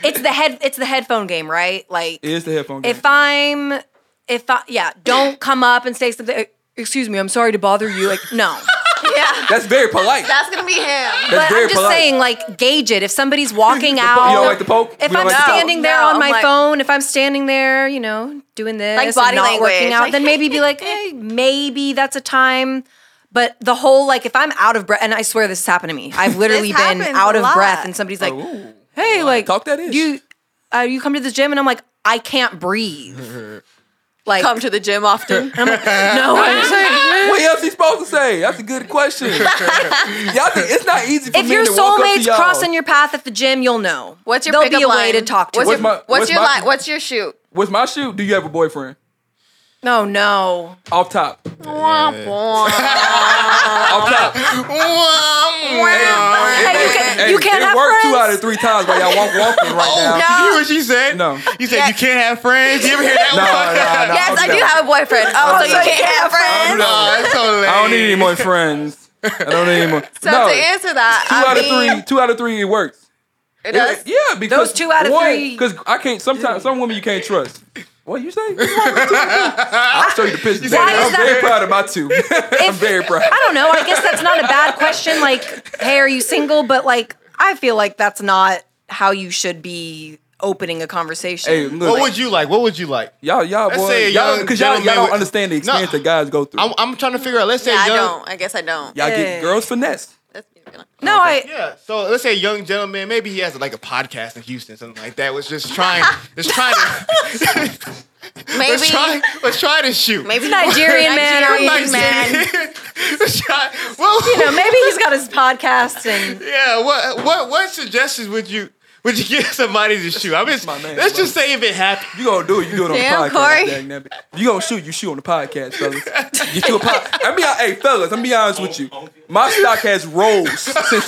it's the head, it's the headphone game, right? Like,
it is the headphone game.
if I'm, if I, yeah, don't come up and say something. Excuse me, I'm sorry to bother you. Like, no.
yeah,
That's very polite.
that's gonna be him.
That's
But
very
I'm just
polite.
saying, like, gauge it. If somebody's walking
You
out,
don't like the poke?
if
You don't
I'm
like the poke?
standing there
No,
on
I'm
my
like-
phone, if I'm standing there, you know, doing this,
Like
and
body
not
language,
working out,
like-
then maybe be like, hey, maybe that's a time. But the whole like, if I'm out of breath, and I swear this has happened to me, I've literally been
happens
out
a
of
lot.
breath, and somebody's like,
Oh, Ooh.
hey, like,
Talk that ish.
You, uh, you come to this gym, and I'm like, I can't breathe. Like,
Come to the gym often.
no, I'm saying.
What else he supposed to say? That's a good question. y'all think it's not easy for
If
me
your
to walk up to
soulmate's
y'all.
crossing your path at the gym, you'll know.
What's your
There'll
pickup
be a way
line?
to talk to.
What's
her.
your,
What's my-
what's
what's
your
my-
line? What's your shoot?
What's my shoe? Do you have a boyfriend?
No, no.
Off top.
Womp womp.
Uh-uh.
Off top.
Womp.
Hey, you can- you can't
it
have
worked two
friends.
out of three times while y'all walk walking right now.
Did Uh, you hear what she said?
No.
You said you can't have friends. You ever hear that
No,
one?
no, no.
Yes,
I'll
I
do
do
that.
have a boyfriend. Oh, so you can't have friends.
No, that's so lame.
I don't need any more friends. I don't need any more.
So
no,
to answer that,
two
I
out
mean,
of three. Two out of three. It works.
It does.
Yeah, because
Those two out of three-
Because I can't. Sometimes some women you can't trust. What you say? I'll show you the pictures.
Why
baby.
is
I'm
that-
very proud of my two. I'm very proud.
I don't know. I guess that's not a bad question. Like, hey, are you single? But like, I feel like that's not how you should be opening a conversation.
Hey, look,
What would you like? What would you like?
y'all, y'all,
Let's
boy,
say a
y'all,
young
because y'all, y'all
gentleman
don't
with-
understand the experience
No.
that guys go through.
I'm, I'm trying to figure out. Let's say
Yeah, I
young,
don't. I guess I don't.
y'all
Yeah.
get girls finesse.
That's- you know.
no, I.
Yeah. So let's say a young gentleman, maybe he has like a podcast in Houston, something like that. Was just trying, just trying to, let's try,
Maybe.
let's try to shoot.
Maybe
Nigerian man out
Nigerian
here.
man.
let's try. Well,
You know, maybe he's got his podcast and
yeah. What, what, what suggestions would you, would you give somebody to shoot? I'm just,
My man,
let's
bro.
just say if it happened.
You gonna do it? You do it on
Damn,
the podcast.
Corey.
dang that bitch. If You gonna shoot? You shoot on the podcast, fellas. Get you a pod- I mean, hey, fellas, I'm be honest with you. My stock has rose since since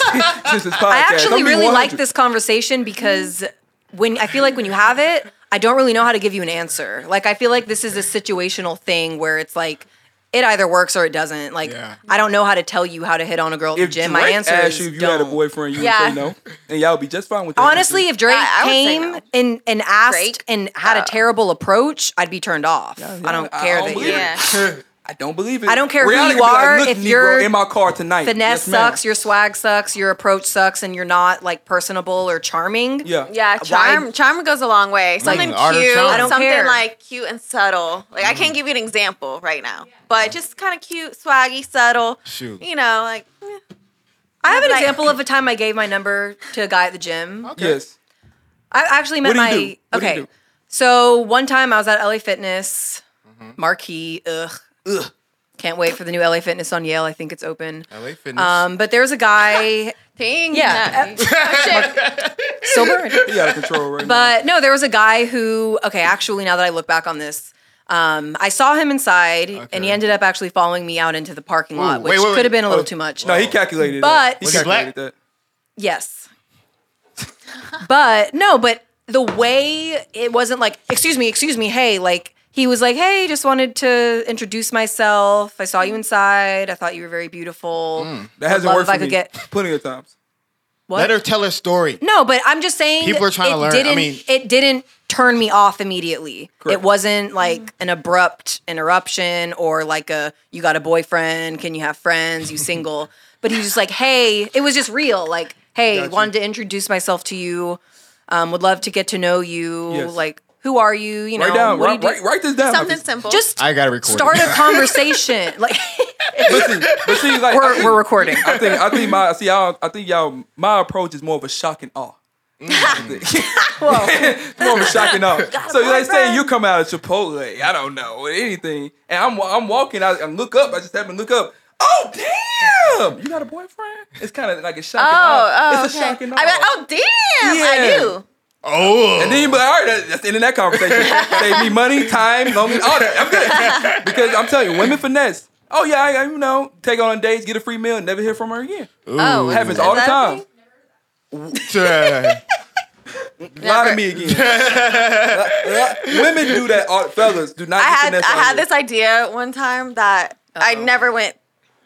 this podcast.
I
I'm
actually
be
really like
100.
this conversation because when I feel like when you have it, I don't really know how to give you an answer. Like I feel like this is a situational thing where it's like it either works or it doesn't. Like
Yeah.
I don't know how to tell you how to hit on a girl at the
If
gym.
Jim,
My
Drake
answer
asked
is
you if you
don't.
had a boyfriend, you
Yeah.
would say no, and y'all be just fine with that.
Honestly, if Drake
I- I would say
came
no.
and, and asked
Drake?
and had
Uh,
a terrible approach, I'd be turned off. I don't
I
care
don't
that
believe
you.
it.
Yeah.
I don't believe it.
I don't care who
Rihanna
you
could be like,
are,
"Look,
if
Negro,
you're
in my car tonight,
Finesse
Yes, ma'am."
sucks, your swag sucks, your approach sucks, and you're not like personable or charming.
yeah,
Yeah, charm. Charm goes a long way. Something
the Uh, art of
cute.
charm. Mm. I
don't
something
care.
like cute and subtle. Like I can't give you an example right now, but just kind of cute, swaggy, subtle.
Shoot.
You know, like eh,
I have an
Like-
example of a time I gave my number to a guy at the
Oh,
gym.
Yes,
I actually met
What
my
do you do? What do you
okay.
do?
So one time I was at LA Fitness,
Mm-hmm.
Marquee. Ugh, ugh. Can't wait for the new LA Fitness on Yale. I think it's open.
LA Fitness.
Um, but there was a guy
dang.
Yeah. eh, Uh,
that-
sober.
he out of control right now.
But Uh, no, there was a guy who, okay, actually, now that I look back on this, um, I saw him inside and he ended up actually following me out into the parking lot,
wait,
which
wait, wait.
could have been a little too much.
Oh. No, he calculated.
But-
that. he
Was
he black?
calculated that.
Yes. but no, but the way it wasn't like, excuse me, excuse me, hey, like he was like, hey, just wanted to introduce myself. I saw you inside. I thought you were very beautiful.
That hasn't
love
worked
if
for
I could
me
get-
plenty of times.
What?
Let her tell her story.
No, but I'm just saying
People are trying
it
to learn. I
Didn't,
mean-
it didn't turn me off immediately.
Correct.
It wasn't like an abrupt interruption or like a you got a boyfriend, can you have friends, you single. but he was just like, hey, it was just real. Like, hey,
Gotcha.
wanted to introduce myself to you. Um, would love to get to know you.
Yes.
Like, who are you? You know,
Write down.
what
Write,
do you do?
write, write this down.
something simple.
Just
I gotta record.
start a
it.
conversation. like,
Listen, but see, like I
we're,
think-
we're recording.
I think I think my see y'all I think y'all my approach is more of a shock and awe. more of a shock and awe. So like say you come out of Chipotle, I don't know or anything, and I'm I'm walking, I, I look up, I just happen to look up. Oh damn! You got a boyfriend? It's kind of like a shock and
oh,
awe.
oh,
it's a
okay.
shock and awe.
I mean, oh, damn, I
Yeah.
do.
Oh.
And then you be like, all right, that- that's the end of that conversation. Save me money, time, lonely, all that. I'm good. Because I'm telling you, women finesse. Oh, yeah, I, I- you know, take on dates, get a free meal, never hear from her again.
Oh, is-
happens
is
all the
that a
time.
thing?
Yeah.
Lie to me again. Women do that, all, fellas. Do not
I
get
had
finesse
I
out
had
here.
this idea one time that I never went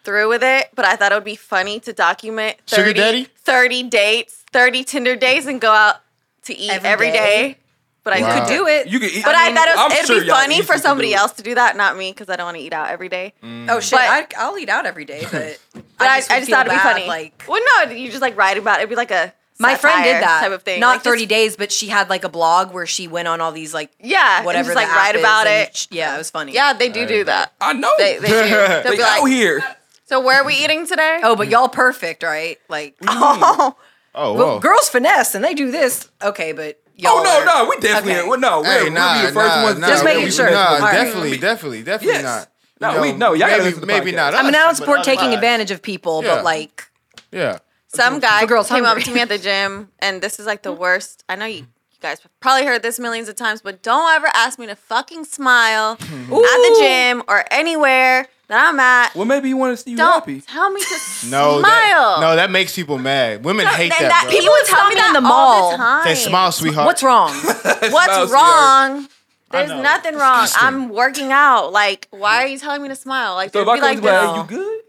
through with it, but I thought it would be funny to document 30,
Sugar daddy?
30 dates, 30 Tinder days and go out to eat
Every
every
day.
day. But I
Wow.
could do it.
You could eat-
but
I
I,
mean,
thought it
I'm
was, it'd
sure
be
y'all
funny
easy
for
to do
somebody
it.
else to do that, not me, because I don't want to eat out every day.
Mm.
Oh shit! I,
But-
I'll eat out every day, but,
But I, I just,
would feel
thought it'd be
bad,
funny.
Like
well, no, you just like write about it. It'd be like a
my friend did
satire
that
type of thing,
Not
Like, just-
thirty days, but she had like a blog where she went on all these like
Yeah, and
whatever
just, like,
the
write
app is,
about
and
it.
sh- Yeah, it was funny.
Yeah, they do do that.
I know.
They, they do. They'll
Oh. They
be like,
out here.
so where are we eating today?
Oh, but y'all perfect, right? Like mm.
Oh,
Oh,
well,
whoa.
girls finesse and they do this. Okay, but y'all.
Oh, no,
are-
no. We definitely,
Okay.
well, no. we'll, we'll be the first ones. to-
Just making
we-
sure.
Nah,
All right.
definitely, definitely, definitely
Yes. No,
not. You
we- no, y'all gotta
maybe,
listen to the
maybe
podcast.
not.
I mean, I
us,
don't
but
support taking
otherwise-
advantage of people,
Yeah.
but like
Yeah.
some guy
girl's
came
hungry.
up to me at the gym, and this is like the worst. I know you, you guys have probably heard this millions of times, but don't ever ask me to fucking smile at the gym or anywhere that I'm at.
Well, maybe you want to see you
don't
happy.
tell me to
No,
smile.
that, no, that makes people mad. Women
No,
hate
and
that. bro.
People would tell
me
me that
in the
all
mall.
the time.
Say smile, sweetheart.
what's wrong?
Smile,
What's
sweetheart.
wrong? There's nothing wrong. I'm working out. Like, why are you telling me to smile? Like,
So
so
if I
be
come
like
to like,
this.
hey, you good?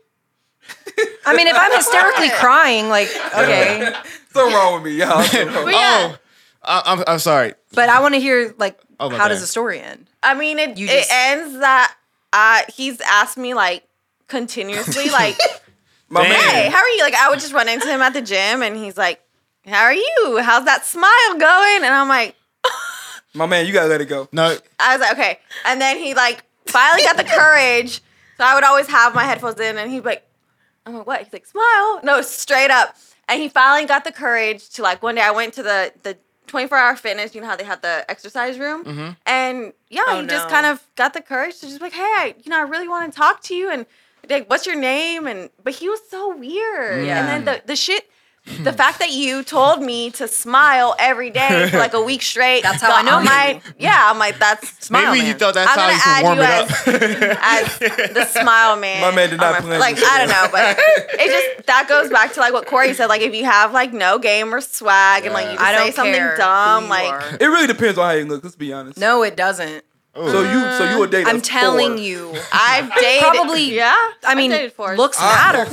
I mean, if I'm hysterically crying, like okay,
Something wrong with me, y'all. Something wrong.
But yeah,
I, I'm, I'm sorry.
but I want to hear like
Oh, my
how
bad.
does the story end?
I mean, it
You
it
just-
ends that I he's asked me like continuously like,
My
Damn.
hey, how are you? Like, I would just run into him at the gym, and he's like, how are you? How's that smile going? And I'm like,
My man, you gotta let it go.
No,
I was like, okay. And then he like finally got the courage. So I would always have my headphones in, and he'd be like, I'm like, what? He's like, smile. No, straight up. And he finally got the courage to like one day I went to the the 24 hour fitness. You know how they have the exercise room, and
Mm-hmm.
yeah,
Oh,
he just
no.
kind of got the courage to just be like, hey, I, you know, I really want to talk to you, and like, what's your name? And but he was so weird.
Mm. Yeah.
And then the the shit.
Mm.
The fact that you told me to smile every day for like a week straight. That's
how I know you.
My, yeah, I'm like, that's smile.
maybe you
man.
thought that's
I'm
how
gonna
you could
add
warm
you
it
as-
up.
as the smile man.
My man did
on
not
my-
plan
Like
this.
I don't know, but it just that goes back to like what Corey said. Like if you have like no game or swag and like you just
I don't
say something
care who
dumb,
you
like
are.
It really depends on how you look. Let's be honest.
no, it doesn't.
So you, so you a date. a
I'm telling
four.
you.
I've dated
Probably-
yeah.
I mean, looks
Ah.
matter.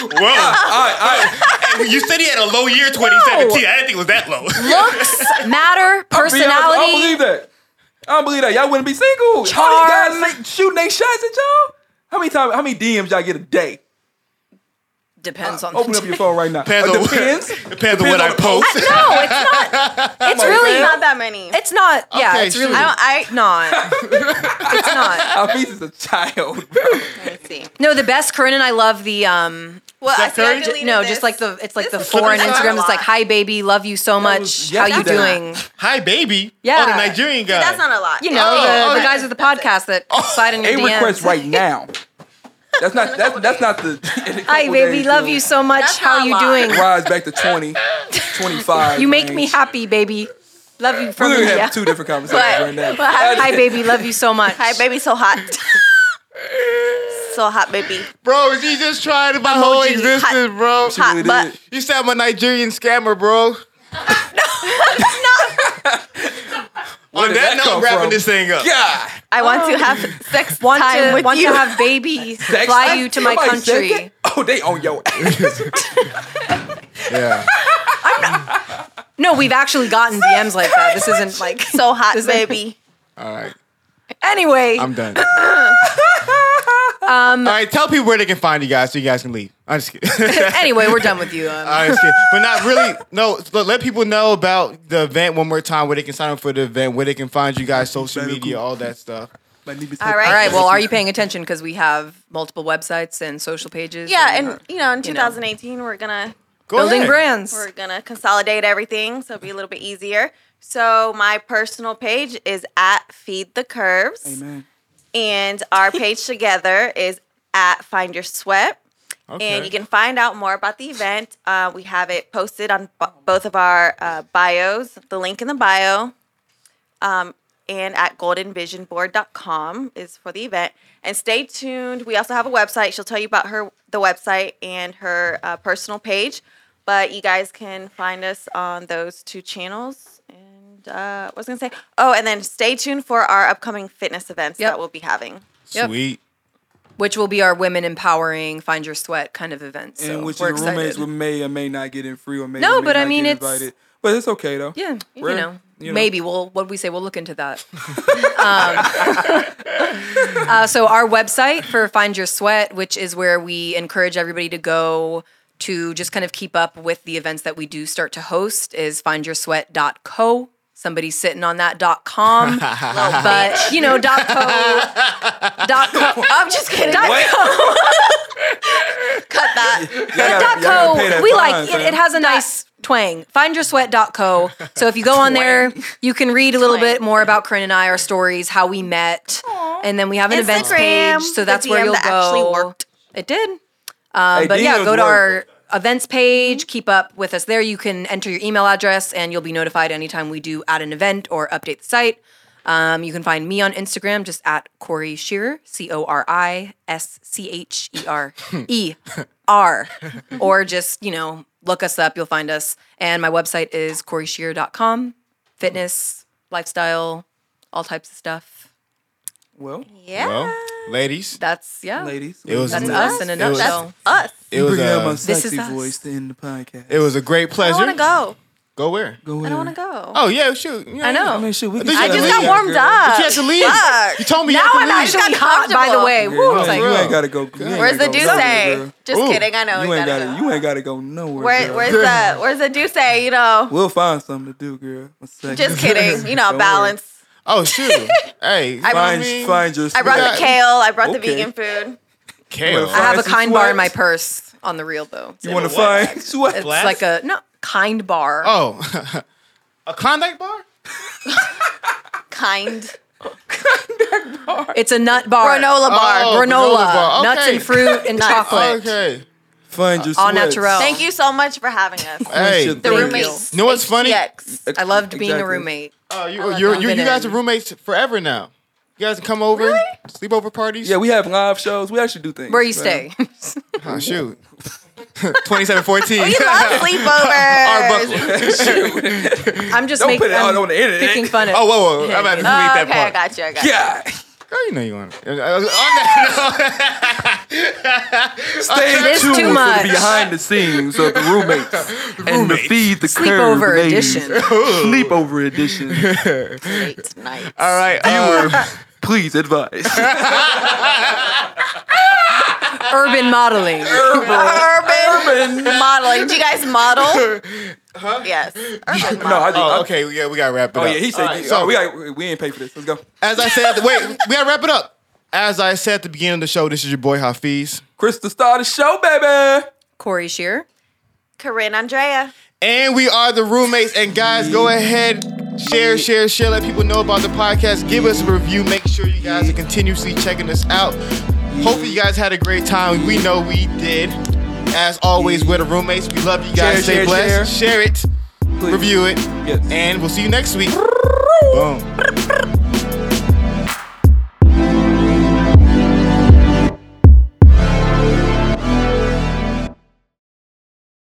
Whoa.
I,
you said he had a low year 2017. I didn't think it was that low.
Looks matter,
I, I, be honest, I don't believe
personality.
that. I don't believe that. Y'all wouldn't be single. All these
Charm.
guys like, shooting their shots at y'all. How many times? How many DMs y'all get a day?
Depends on
Open
the
up your phone right now.
Depends on
it
what-
depends.
Depends on what I
on the post.
post.
No, it's not. It's really
It's
not.
not that many.
It's not. Yeah,
Okay,
it's really.
shoot.
I don't. I not. it's not.
Our piece is a child, bro.
Let me see.
No, the best Corinne and I love the um.
Well, I see, I
Curry?
deleted
No,
this.
just like the it's like
This
the
is
four on
something I
Instagram. It's
like
like,
a lot.
hi baby, love you so much.
was
How you
yesterday.
doing?
Hi, baby.
Yeah.
Oh, the Nigerian guy.
That's not a lot.
You know
Oh,
the, the
okay.
guys with the podcast that slide in your
Oh, A
DMs.
request right now. That's not. That's that's not the. in a
Hi
couple
baby,
days,
love
dude.
you so much.
That's
How
not a
you
lot.
doing?
Rise back to 20, 25.
You make me
range.
happy, bababy. Love you
We
from
literally
India.
have two different conversations
But-
right now.
but hi-
Hi baby, love you so much.
Hi, baby, so hot. so hot, baby.
Bro, she just tried my whole
Emoji.
existence,
Hot-
bro.
She really
hot butt.
did.
You sound my Nigerian scammer, bro. no. On
did that
that note,
come
I'm wrapping
from?
this thing up.
God.
I want to have sex
Want
time
to
with
want
you.
to have baby?
Sex-
Fly you to my
Somebody said
country.
that? Oh, they on your ass.
Yeah.
No, we've actually gotten DMs like that. This isn't like
so hot,
This is-
baby.
All right.
anyway.
I'm done. um, All right, tell people where they can find you guys so you guys can leave. I'm just kidding.
anyway, we're done with you. Um,
I'm just kidding. But not really. No, but let people know about the event one more time, where they can sign up for the event, where they can find you guys, social
Medical.
media, all that stuff.
My name is
All right.
all right. Well, are you paying attention? Because we have multiple websites and social pages.
Yeah, and you know, in
You know.
2018, we're gonna
Go
building
ahead.
brands.
we're gonna consolidate everything, so it'll be a little bit easier. So my personal page is at Feed the Curves,
Amen.
and our page together is at Find Your Sweat.
Okay.
And you can find out more about the event. Uh, we have it posted on b- both of our uh, bios, the link in the bio, um, and at goldenvisionboard.com is for the event. And stay tuned. We also have a website. She'll tell you about her the website and her uh, personal page. But you guys can find us on those two channels. And uh, what was I going to say? Oh, and then stay tuned for our upcoming fitness events
Yep.
that we'll be having.
Yep.
Sweet.
which will be our women empowering find your sweat kind of event. So
and which
we're
your roommates
excited.
would may or may not get in free or may
No,
or may
but I
not
mean,
get
it's-
invited. But it's okay though.
yeah, you
We're-
know,
you know.
maybe we'll what we say we'll look into that. um, uh, so our website for Find Your Sweat, which is where we encourage everybody to go to just kind of keep up with the events that we do start to host, is findyoursweat.co. Somebody's sitting on that dot com, but you know dot co dot co. I'm just kidding. Dot
What?
co. Cut that.
Y'all
Dot
gotta- y'all gotta pay
co,
that
we
fine,
like it, it
fam.
has a nice twang. Findyoursweat.co. So if you go on there, you can read a little
Twang.
bit more about Corinne and I, our stories, how we met, and then we have an events
Instagram,
page. So
the
that's where
DM
you'll
that actually
go.
worked.
It did. Um,
Hey,
but yeah,
DMs
go to
work.
our events page. Keep up with us there. You can enter your email address, and you'll be notified anytime we do add an event or update the site. Um, you can find me on Instagram just at Corey Shearer, C O R I S C H E R E R. Or just, you know, look us up, you'll find us. And my website is CoreyShearer.com, fitness, lifestyle, all types of stuff.
Well,
Yeah.
Well, ladies,
That's, yeah.
ladies,
It was-
That's
That's
us in a
us. It was-
nutshell.
Us.
it was
bring out my
a,
This
sexy
is us.
voice to end the podcast.
it was a great
I
pleasure.
want to go.
Go where?
Go
I
ahead.
don't want to go.
Oh yeah, shoot. Yeah,
I know.
I mean, shoot, we can
I
I
shut
Yeah,
just
it
yeah,
got
down,
warmed
girl.
But
up.
you had to leave.
Fuck.
You told me
Now
you
I'm
had to
actually-
leave.
Actually hot, by the way.
Yeah,
Woo,
you,
it's
ain't,
like,
you
bro.
ain't gotta go. you ain't
Where's the
gotta go
do
nowhere,
say?
girl.
Just
Ooh.
kidding. I know we
You ain't
gotta
gotta.
go.
You ain't gotta go nowhere.
Where,
girl.
where's the where's the do say? You know,
We'll find something to do, girl. One second.
just kidding. You know,
Don't worry.
balance.
Oh shoot. hey,
Find,
I mean,
find your.
I brought
Yeah.
the kale. I brought the
Okay.
vegan food.
kale.
I have a
Francis
kind bar in my
Sweat.
purse on the real, though.
You want to
what?
find sweat?
It's like a, no, kind bar.
Oh, a Klondike bar.
Kind
It's a nut bar.
granola bar.
granola,
Oh, granola bar.
nuts
Okay.
and fruit and chocolate.
Oh, Okay.
Find your
All
sweat.
natural.
Thank you so much for having us.
Hey,
Oh. Thank
The
you.
roommates.
You know what's funny?
HTX.
I loved being a
Exactly.
roommate.
Oh, you,
love
you're,
that.
you, you
Been
guys are
in.
roommates forever now. You guys come over, sleepover parties.
Yeah, we have live shows. We actually do things.
Where you
man.
stay?
Oh, shoot. Twenty-seven fourteen.
We Oh, love
Oh,
sleepovers.
I'm just
Don't put
making
it out
I'm
on the internet.
um, picking fun of.
Oh, whoa, whoa! I'm about to delete
Oh,
that
okay, I
part.
got you. I got you.
Yeah,
Girl, you know you want. It. Uh, On that
stay
It's too
tuned for the
much.
behind the scenes of the roommates and the feed the
Sleepover
curve ladies. Uh,
edition.
Sleepover edition.
Late night.
All right. Uh,
Please advise.
Urban modeling.
Urban modeling. Do you guys model? Yes. Urban
no, I
model.
do.
oh,
I-
okay. Yeah, we gotta wrap it up.
uh, Oh yeah, he said.
All right,
so we got, we ain't pay for this. Let's go.
As I said, at the, wait, we gotta wrap it up. As I said at the beginning of the show, this is your boy Hafiz,
Krista start the show, baby.
Corey Shear.
Corinne Andrea.
and we are the roommates. And guys, go ahead, share, share, share. Let people know about the podcast. Give us a review. Make sure you guys are continuously checking us out. Hopefully, you guys had a great time. We know we did. As always, we're the roommates. We love you guys.
Share,
Stay
share,
blessed. Share, it.
Please.
Review it.
Yes.
And we'll see you next week. Boom.